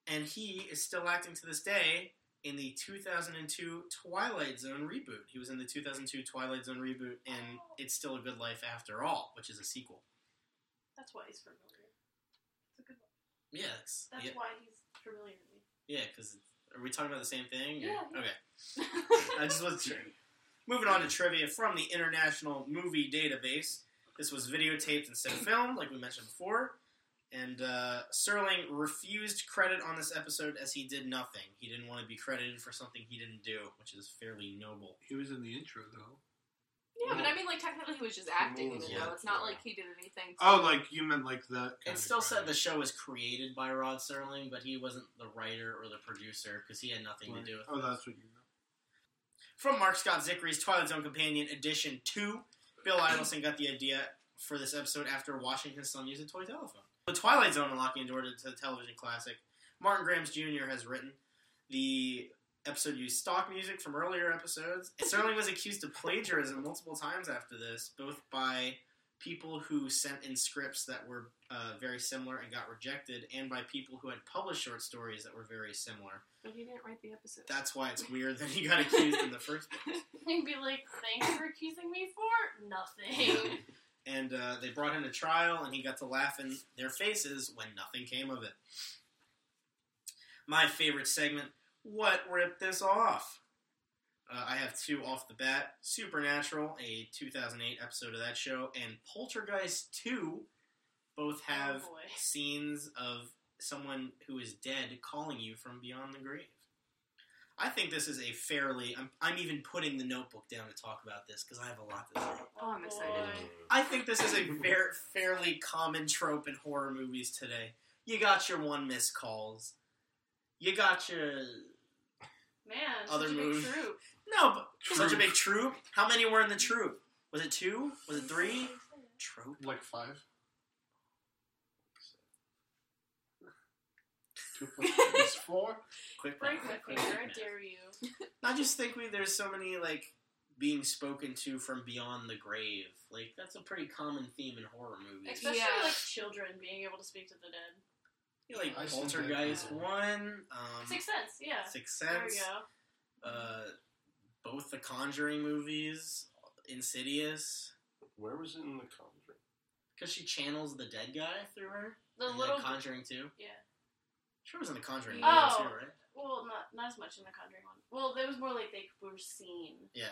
And he is still acting to this day in the 2002 Twilight Zone reboot. He was in the 2002 Twilight Zone reboot in Oh. It's Still a Good Life After All, which is a sequel. That's why he's familiar. It's a good one. Yes. That's Yeah, why he's familiar to me. yeah, because are we talking about the same thing? Yeah. Okay. I just wasn't sure. Moving on to trivia from the International Movie Database. This was videotaped instead of filmed, like we mentioned before. And uh, Serling refused credit on this episode as he did nothing. He didn't want to be credited for something he didn't do, which is fairly noble. He was in the intro though. Yeah, but I mean, like technically, he was just acting. in it, Yeah. though. It's not like he did anything. to- Oh, like you meant like that. kind It of still said crap. the show was created by Rod Serling, but he wasn't the writer or the producer because he had nothing to do with it. Oh, that's what you meant. From Mark Scott Zickery's Twilight Zone Companion Edition 2, Bill Idelson got the idea for this episode after watching his son use a toy telephone. The Twilight Zone unlocking a door to the television classic, Martin Grams Jr. has written. The episode used stock music from earlier episodes. Sterling was accused of plagiarism multiple times after this, both by people who sent in scripts that were uh, very similar and got rejected, and by people who had published short stories that were very similar. But he didn't write the episode. That's why it's weird that he got accused in the first place. He'd be like, thanks for accusing me for nothing. and uh, they brought him to trial, and he got to laugh in their faces when nothing came of it. My favorite segment: What ripped this off? Uh, I have two off the bat: Supernatural, a 2008 episode of that show, and Poltergeist 2. Both have Oh, boy. scenes of someone who is dead calling you from beyond the grave. I think this is a fairly. I'm, I'm even putting the notebook down to talk about this because I have a lot to say. Oh, I'm excited. I think this is a ver- fairly common trope in horror movies today. You got your one miss calls. You got your Man, Mm. Other such a big moves. troop. no, but such a Troop. big troop. How many were in the troop? Was it two? Was it three? Troop. Like five. Two plus two is four. Quick Break math, my quick finger, I math. dare you. I just think we there's so many like being spoken to from beyond the grave. Like that's a pretty common theme in horror movies. Especially Yeah. like children being able to speak to the dead. You like I see that. Poltergeist one, um, Sixth Sense, yeah. Sixth There we Sense. go. uh, both the Conjuring movies, Insidious, Where was it in the contract? because she channels the dead guy through her. The and little. then Conjuring too. yeah. Sure, was in the Conjuring Yeah. movie Oh. too, right? Well, not not as much in the Conjuring one. Well, it was more like they were seen. Yeah,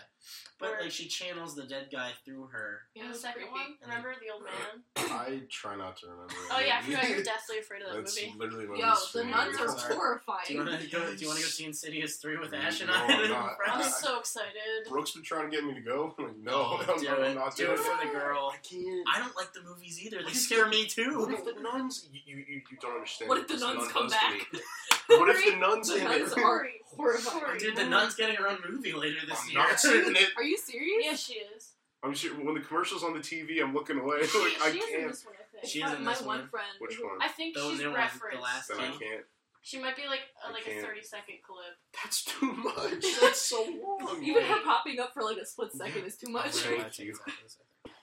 but Or- like she channels the dead guy through her. Yeah, in the it's second creepy. one, then- remember the old man? I try not to remember. Oh yeah, I that movie. forgot you're deathly afraid of that That's movie. literally my Yo, least the favorite nuns are part. Sorry. Do you horrifying. want to go? Do you want to go see Insidious three with Ash and No, I? I'm and not. I'm friends? so excited. Brooke's been trying to get me to go. I'm like, no, Oh, I'm, do not, it. I'm not do doing it for the girl. I can't. I don't like the movies either. They What is scare the- me What too. if the nuns? You, you, you you don't understand. What if the this nuns nun come does to back? me. What if the nuns the in nuns it? are horrifying. Dude, the nun's getting her own movie later this I'm year. not seeing it. Are you serious? Yeah, she is. I'm sure when the commercial's on the TV, I'm looking away. Like, She, I she is in can't. this one, I think. She is my, in my this one one. friend. Which who- one? I think The she's new one, the referenced. last Then I two. can't. She might be like a, I like a can't. thirty second clip. That's too much. That's so long. Even her popping up for like a split second is too much. Right.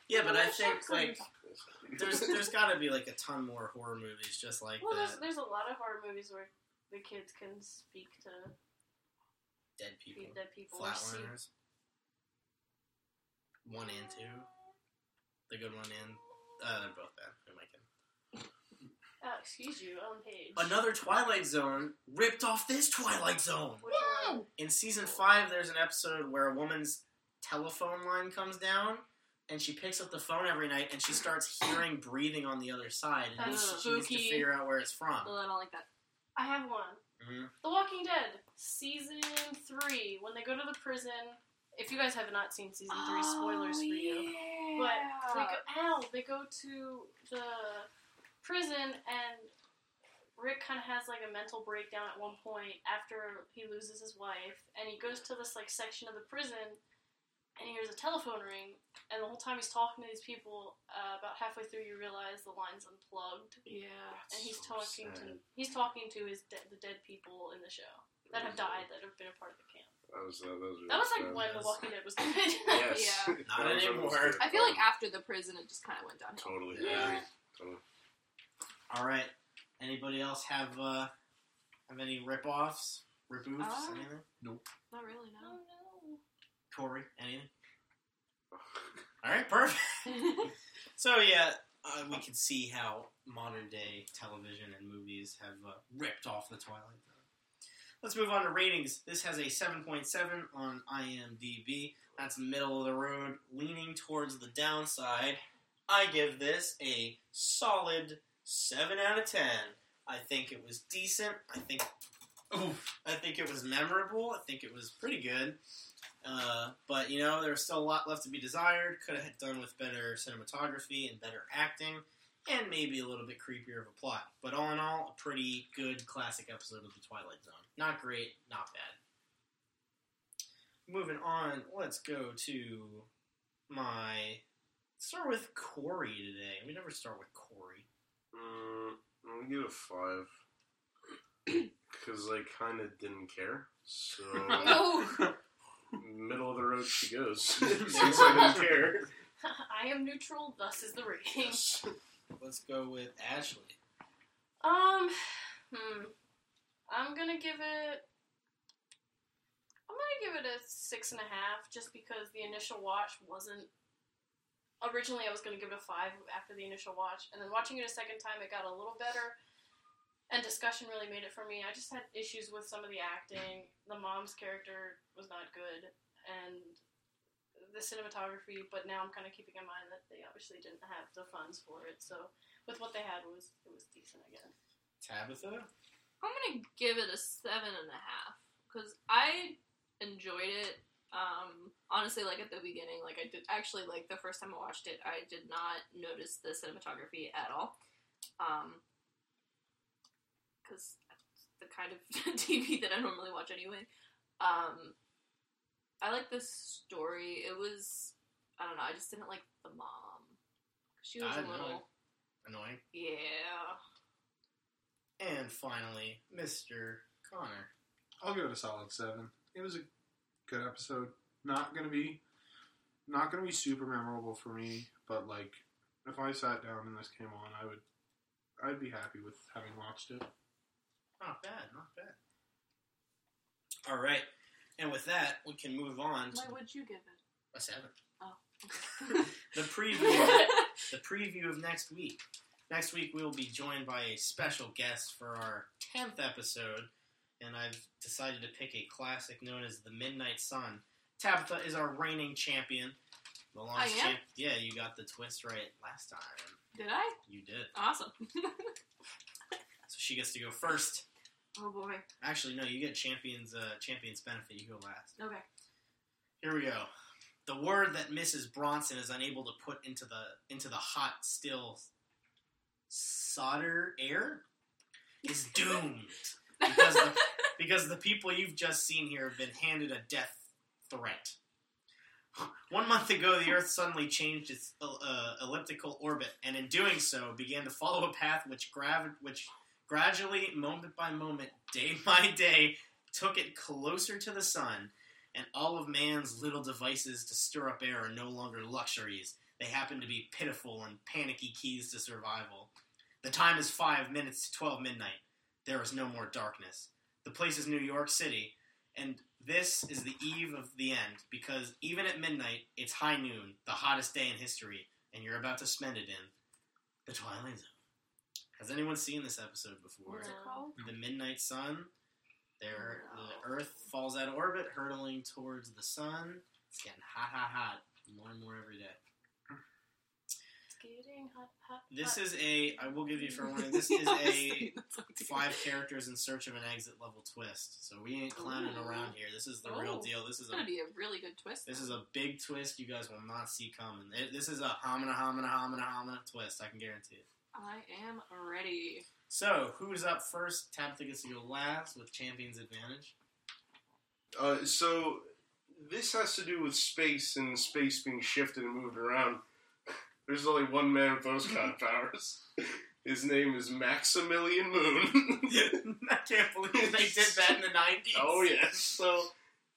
Yeah, but I Well, think that's like something- there's there's got to be like a ton more horror movies just like Well, there's that. there's a lot of horror movies where the kids can speak to Dead people, dead people. or see- flatliners, one and two, the good one and uh, they're both bad. Who am I kidding? Oh, excuse you, Ellen Page. Another Twilight Zone ripped off this Twilight Zone. Which one? In season five, there's an episode where a woman's telephone line comes down, and she picks up the phone every night, and she starts hearing breathing on the other side, and That's she needs to spooky. figure out where it's from. Ugh, I don't like that. I have one. Mhm. The Walking Dead, season three. When they go to the prison, if you guys have not seen season three, Oh, spoilers for you. But they go, ow, they go to the prison, and Rick kind of has like a mental breakdown at one point after he loses his wife, and he goes to this like section of the prison, and he hears a telephone ring, and the whole time he's talking to these people, uh, about halfway through you realize the line's unplugged yeah. and he's So talking to sad. he's talking to his de- the dead people in the show that have died that have been a part of the camp. That was, uh, that was, really That was like sad. when Yes. The Walking Dead was good. Yes. Yeah. That was anymore. almost I feel like good. after the prison, it just kind of went downhill. Totally. Yeah. agree. Totally. All right. Anybody else have uh, have any ripoffs, reboofs, Uh. anything? Not really, oh no. Corey, anything? All right, perfect. no. So yeah, uh, we can see how modern day television and movies have uh, ripped off the Twilight Zone. Let's move on to ratings. This has a 7.7 on IMDb. That's middle of the road, leaning towards the downside. I give this a solid 7 out of 10. I think it was decent. I think oof, I think it was memorable. I think it was pretty good. Uh, but you know, there's still a lot left to be desired. Could have done with better cinematography and better acting, and maybe a little bit creepier of a plot. But all in all, a pretty good classic episode of The Twilight Zone. Not great, not bad. Moving on, let's go to my. Start with Corey today. We never start with Corey. Mm, I'm gonna give it a five. Cause I kind of didn't care, so middle of the road she goes. Since I didn't care. I am neutral. Thus is the rating. Let's go with Ashley. Um, hmm. I'm gonna give it. I'm gonna give it a six and a half, just because the initial watch wasn't. Originally, I was gonna give it a five after the initial watch, and then watching it a second time, it got a little better. And discussion really made it for me. I just had issues with some of the acting. The mom's character was not good, and the cinematography. But now I'm kind of keeping in mind that they obviously didn't have the funds for it, so with what they had it was it was decent, I guess. Tabitha? I'm gonna give it a seven and a half because I enjoyed it. Um, honestly, like at the beginning, like I did actually like the first time I watched it, I did not notice the cinematography at all. Um, because that's the kind of TV that I normally watch anyway. Um, I like the story. It was, I don't know, I just didn't like the mom. She was I a know. little, Annoying. yeah. And finally, Mr. Connor. I'll give it a solid seven. It was a good episode. Not gonna be, not gonna be super memorable for me, but like, if I sat down and this came on, I would, I'd be happy with having watched it. Not bad, not bad. All right, and with that, we can move on to Why would you give it? a seven. Oh. Okay. The preview, the preview of next week. Next week, we will be joined by a special guest for our tenth episode, and I've decided to pick a classic known as "The Midnight Sun." Tabitha is our reigning champion. The longest I am? champ. Yeah, you got the twist right last time. Did I? You did. Awesome. So she gets to go first. oh boy. Actually, no, you get champions. Uh, champions benefit. You go last. Okay. Here we go. The word that Mrs. Bronson is unable to put into the into the hot, still, solder air is doomed because the, because the people you've just seen here have been handed a death threat. One month ago, the Earth suddenly changed its uh, uh, elliptical orbit, and in doing so, began to follow a path which gravi- which Gradually, moment by moment, day by day, took it closer to the sun, and all of man's little devices to stir up air are no longer luxuries. They happen to be pitiful and panicky keys to survival. The time is five minutes to twelve midnight. There is no more darkness. The place is New York City, and this is the eve of the end because even at midnight, it's high noon, the hottest day in history, and you're about to spend it in the Twilight Zone. Has anyone seen this episode before? What's it called? The Midnight Sun. There, the Earth falls out of orbit, hurtling towards the sun. It's getting hot, hot, hot, more and more every day. It's getting hot, hot, This hot. is a. I will give you for warning. This is I was a thinking that's what- five characters in search of an exit level twist. So we ain't clowning Ooh. around here. This is the real Ooh. deal. This It's is gonna a be a really good twist. this is a big twist you guys will not see coming. Th- This is a homina homina homina homina twist. I can guarantee it. I am ready. So who's up first? Tap tickets to go last with champions advantage. Uh, so this has to do with space and space being shifted and moved around. There's only one man with those kind of powers. His name is Maximilian Moon. I can't believe they did that in the nineties. oh yes. So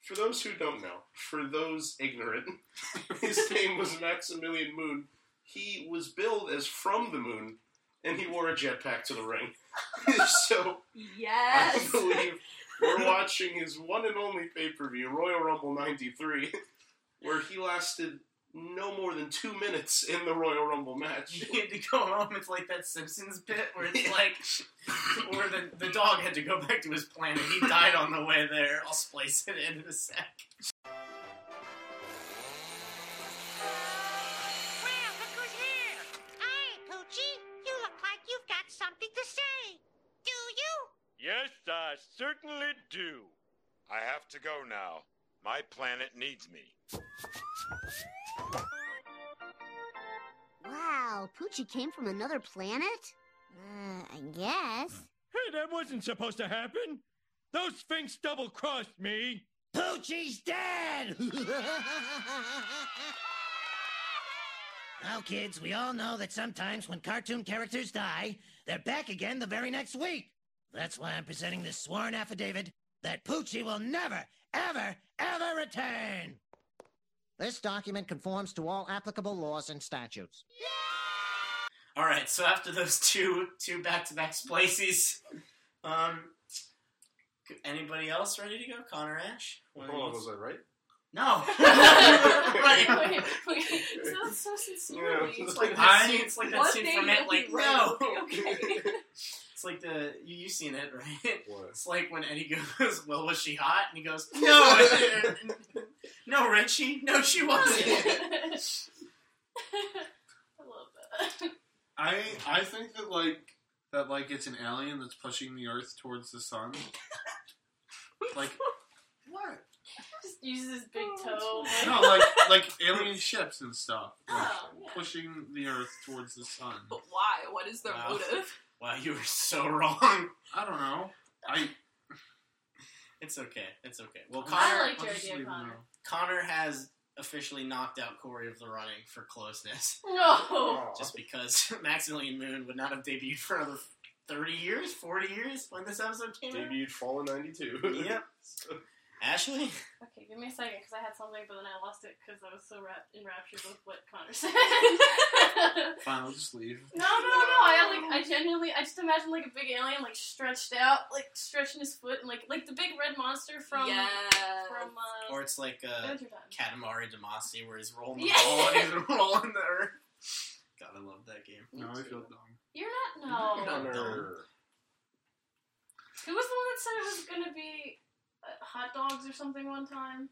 for those who don't know, for those ignorant, his name was Maximilian Moon. He was billed as from the moon, and he wore a jetpack to the ring. so I Yes. believe we're watching his one and only pay per view, Royal Rumble 93, where he lasted no more than two minutes in the Royal Rumble match. He had to go home. It's like that Simpsons bit where it's like, where the, the dog had to go back to his planet. He died on the way there. I'll splice it in in a sec. Well, look who's here! Hi, Poochie! You look like you've got something to say! Do you? Yes, I certainly do. I have to go now. My planet needs me. Wow, Poochie came from another planet? Uh, I guess. Hey, that wasn't supposed to happen. Those Sphinx double crossed me. Poochie's dead! Now, kids, we all know that sometimes when cartoon characters die, they're back again the very next week. That's why I'm presenting this sworn affidavit that Poochie will never, ever, ever return. This document conforms to all applicable laws and statutes. All right. So after those two two back to back splices, um, anybody else ready to go? Connor Ash. What are Hold on, you- was I right? No. Right. wait, wait. It sounds so sincerely. Yeah. It's like that I- scene. It's like that One scene day from you'll it. Like be no. right. Okay. okay. It's like the you you seen it right. What? It's like when Eddie goes, "Well, was she hot?" And he goes, "No, no, Richie, no, she wasn't." I love that. I I think that like that like it's an alien that's pushing the Earth towards the sun. like what? Just uses his big toe. Oh, No, like like alien ships and stuff like, Oh, yeah. pushing the Earth towards the sun. But why? What is their Wow. motive? wow, you were so wrong. I don't know. I It's okay. It's okay. Well, I Connor, like I'll your just idea, leave it Connor. alone. Connor has officially knocked out Corey of the running for closeness, No. Oh, just because Maximilian Moon would not have debuted for another thirty years, forty years when this episode came out. Debuted Fall in 92. Yep. Ashley, Okay, give me a second because I had something, but then I lost it because I was so wrapped enraptured with what Connor said. Fine, I'll just leave. no, no, no! I like, I genuinely, I just imagine like a big alien like stretched out, like stretching his foot, and like, like the big red monster from yes. from uh, or it's like uh, Adventure Time. Katamari Damacy, where he's rolling the Yeah. ball and he's rolling the earth. God, I love that game. No, I feel dumb. You're not. No. You're not. Who was the one that said it was gonna be uh, hot dogs or something one time?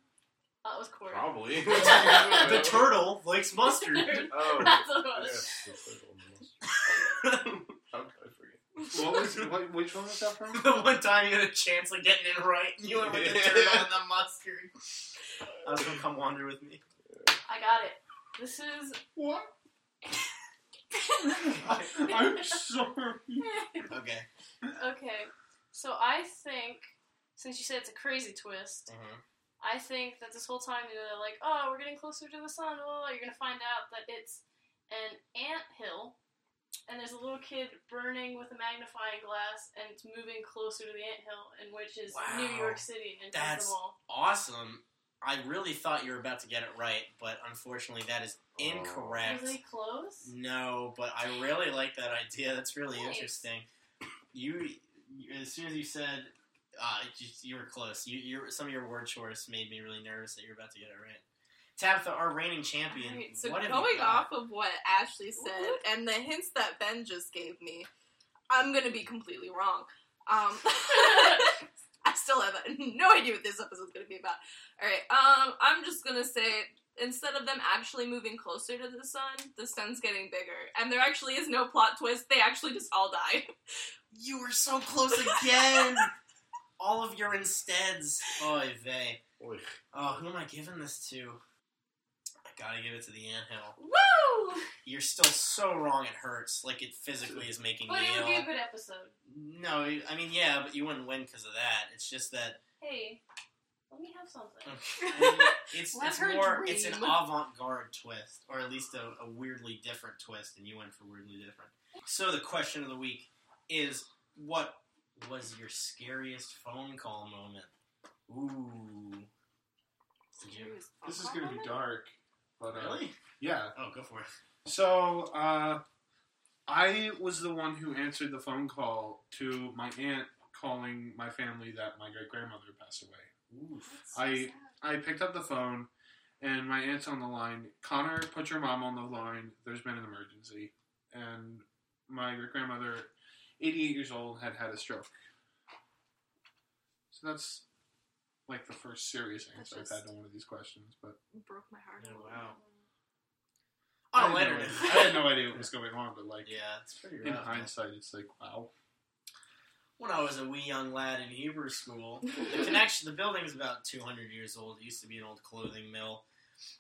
Uh, it was Corey. Probably. the turtle likes mustard. Oh, That's what it was. yes. the turtle must- How could I forget? What was what, which one was that from? the one time you had a chance of getting it right, and you went with the turtle and the mustard. I was gonna come wander with me. I got it. This is What? I, I'm sorry. Okay. okay. So I think since you said it's a crazy twist, Mm-hmm. I think that this whole time you're like, oh, we're getting closer to the sun. Oh, you're gonna find out that it's an ant hill and there's a little kid burning with a magnifying glass, and it's moving closer to the anthill, and which is New Wow. York City, and That's the mall. awesome. I really thought you were about to get it right, but unfortunately, that is incorrect. Really close? Mm, No, but I really like that idea. That's really Nice. interesting. You, as soon as you said, uh, you, you were close. You, your some of your word choice made me really nervous that you're about to get it right. Tabitha, our reigning champion. Alright, so what have you going got? off of what Ashley said and the hints that Ben just gave me, I'm gonna be completely wrong. Um, I still have no idea what this episode's gonna be about. All right, um, I'm just gonna say instead of them actually moving closer to the sun, the sun's getting bigger, and there actually is no plot twist. They actually just all die. You were so close again. All of your insteads. Oy vey. Oh, who am I giving this to? I gotta give it to the anthill. Woo! You're still so wrong. It hurts. Like it physically is making But me it would ill. be a good episode. No, I mean yeah, but you wouldn't win because of that. It's just that Hey, let me have something. it's Let it's her more it's an dream. avant-garde twist, or at least a, a weirdly different twist, and you went for weirdly different. So the question of the week is: What was your scariest phone call moment? Ooh, Did you- This is gonna be dark. But, uh, really? Yeah. Oh, go for it. So, uh, I was the one who answered the phone call to my aunt calling my family that my great grandmother passed away. I I picked up the phone, and my aunt's on the line. Connor, put your mom on the line. There's been an emergency, and my great grandmother, 88 years old, had had a stroke. So that's like the first serious That's answer I've just- had to one of these questions, but. Broke my heart. Oh, wow. I On Oh, a had lighter no note, idea- I had no idea what was going on, but like, Yeah, it's pretty In rough, man. hindsight, it's like, wow. when I was a wee young lad in Hebrew school, the connection, the building's about 200 years old. It used to be an old clothing mill,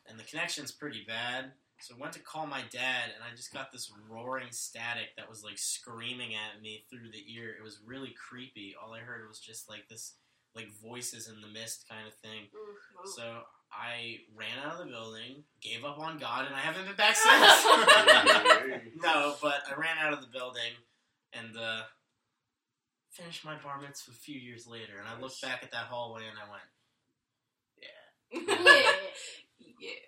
and the connection's pretty bad. So I went to call my dad, and I just got this roaring static that was like screaming at me through the ear. It was really creepy. All I heard was just like this, like voices in the mist kind of thing. So I ran out of the building, gave up on God, and I haven't been back since. no, but I ran out of the building and uh, finished my bar mitzvah a few years later. And I looked back at that hallway and I went, yeah.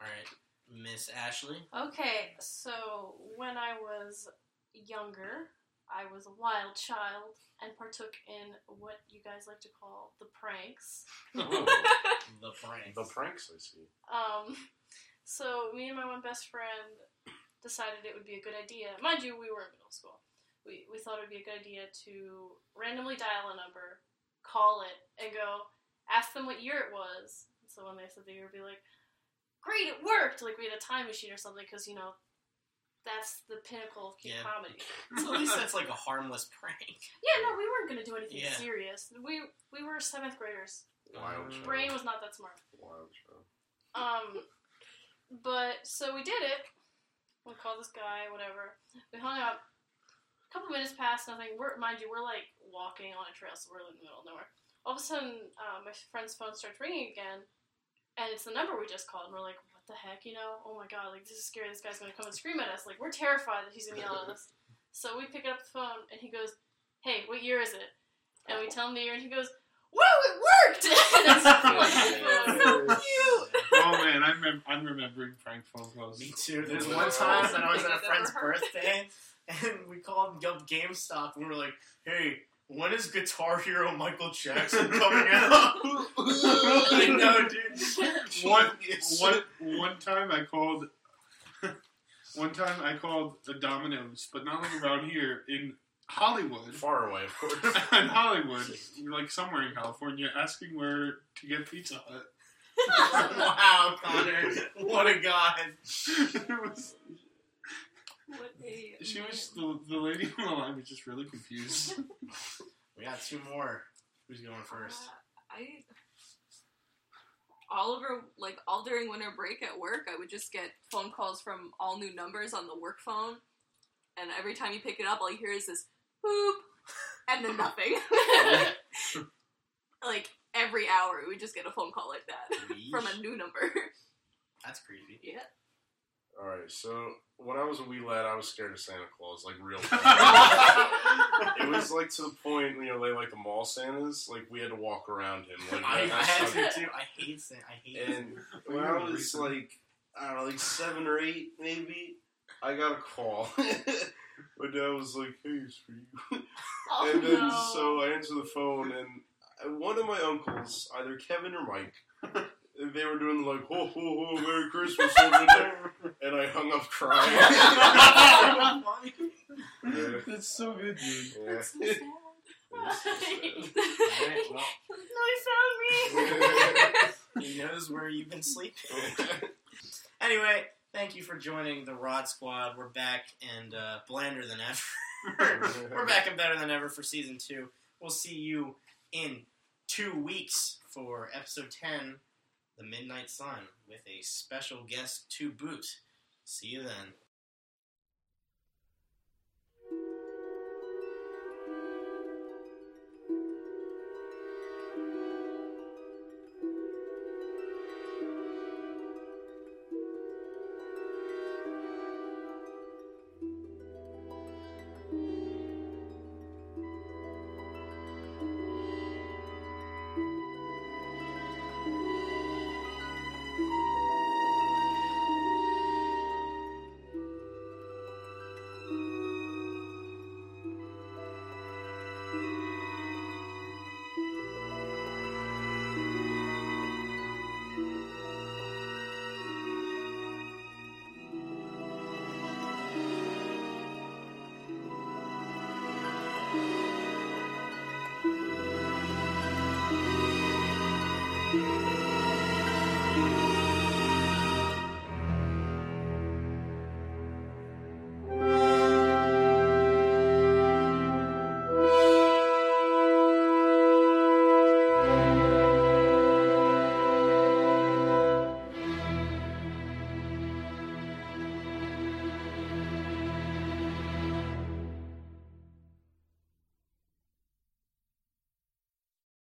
all right, Miss Ashley. Okay, so when I was younger, I was a wild child and partook in what you guys like to call the pranks. the pranks. The pranks, I see. Um, so me and my one best friend decided it would be a good idea. Mind you, we were in middle school. We we thought it would be a good idea to randomly dial a number, call it, and go ask them what year it was. So when they said the year, we'd be like, "Great, it worked!" Like we had a time machine or something, because you know. That's the pinnacle of kid Yeah. comedy. So at least that's like a harmless prank. Yeah, no, we weren't going to do anything Yeah. serious. We we were seventh graders. Wild child. Brain was not that smart. Wild child. Um, but so we did it. We called this guy, whatever. We hung up. A couple minutes passed, nothing. We're, mind you, we're like walking on a trail, so we're in the middle of nowhere. All of a sudden, uh, my friend's phone starts ringing again, and it's the number we just called. And we're like, what the heck, you know? Oh my god, like this is scary. This guy's gonna come and scream at us. Like we're terrified that he's gonna yell at us. So we pick up the phone, and he goes, "Hey, what year is it?" And we tell him the year, and he goes, "Whoa, Oh, it worked!" And it's like, So cute. oh man, I'm, rem- I'm remembering prank phone calls. Me too. There's one time that I was at a friend's birthday, and we called Yelp GameStop, and we were like, "Hey, when is Guitar Hero Michael Jackson coming out?" I know, dude. one, one, one time I called. One time I called the Domino's, but not like around here in Hollywood. Far away, of course. in Hollywood, like somewhere in California, asking where to get Pizza Hut. wow, Connor, what a god! It was- What a she was the, the lady on the line was just really confused. We got two more. Who's going first? Uh, I all over like all during winter break at work, I would just get phone calls from all new numbers on the work phone, and every time you pick it up, all you hear is this boop, and then nothing. like every hour, we would just get a phone call like that from a new number. That's creepy. yeah, All right, so when I was a wee lad, I was scared of Santa Claus, like real. it was like to the point, you know, they like the mall Santas, like we had to walk around him. Like, I, I that's had something. to too. I hate Santa. I hate And Santa. when I was like, I don't know, like seven or eight, maybe, I got a call. My dad was like, "Hey, it's for you." Oh, and then no. so I answered the phone, and one of my uncles, either Kevin or Mike, they were doing like, "Ho ho ho, Merry Christmas," over there, and I hung up crying. Yeah. That's so good, dude. Yeah. Alright, well, no, he found me. he knows where you've been sleeping. anyway, thank you for joining the Rod Squad. We're back and uh, blander than ever. We're back and better than ever for season two. We'll see you in two weeks for episode 10, The Midnight Sun, with a special guest to boot. See you then.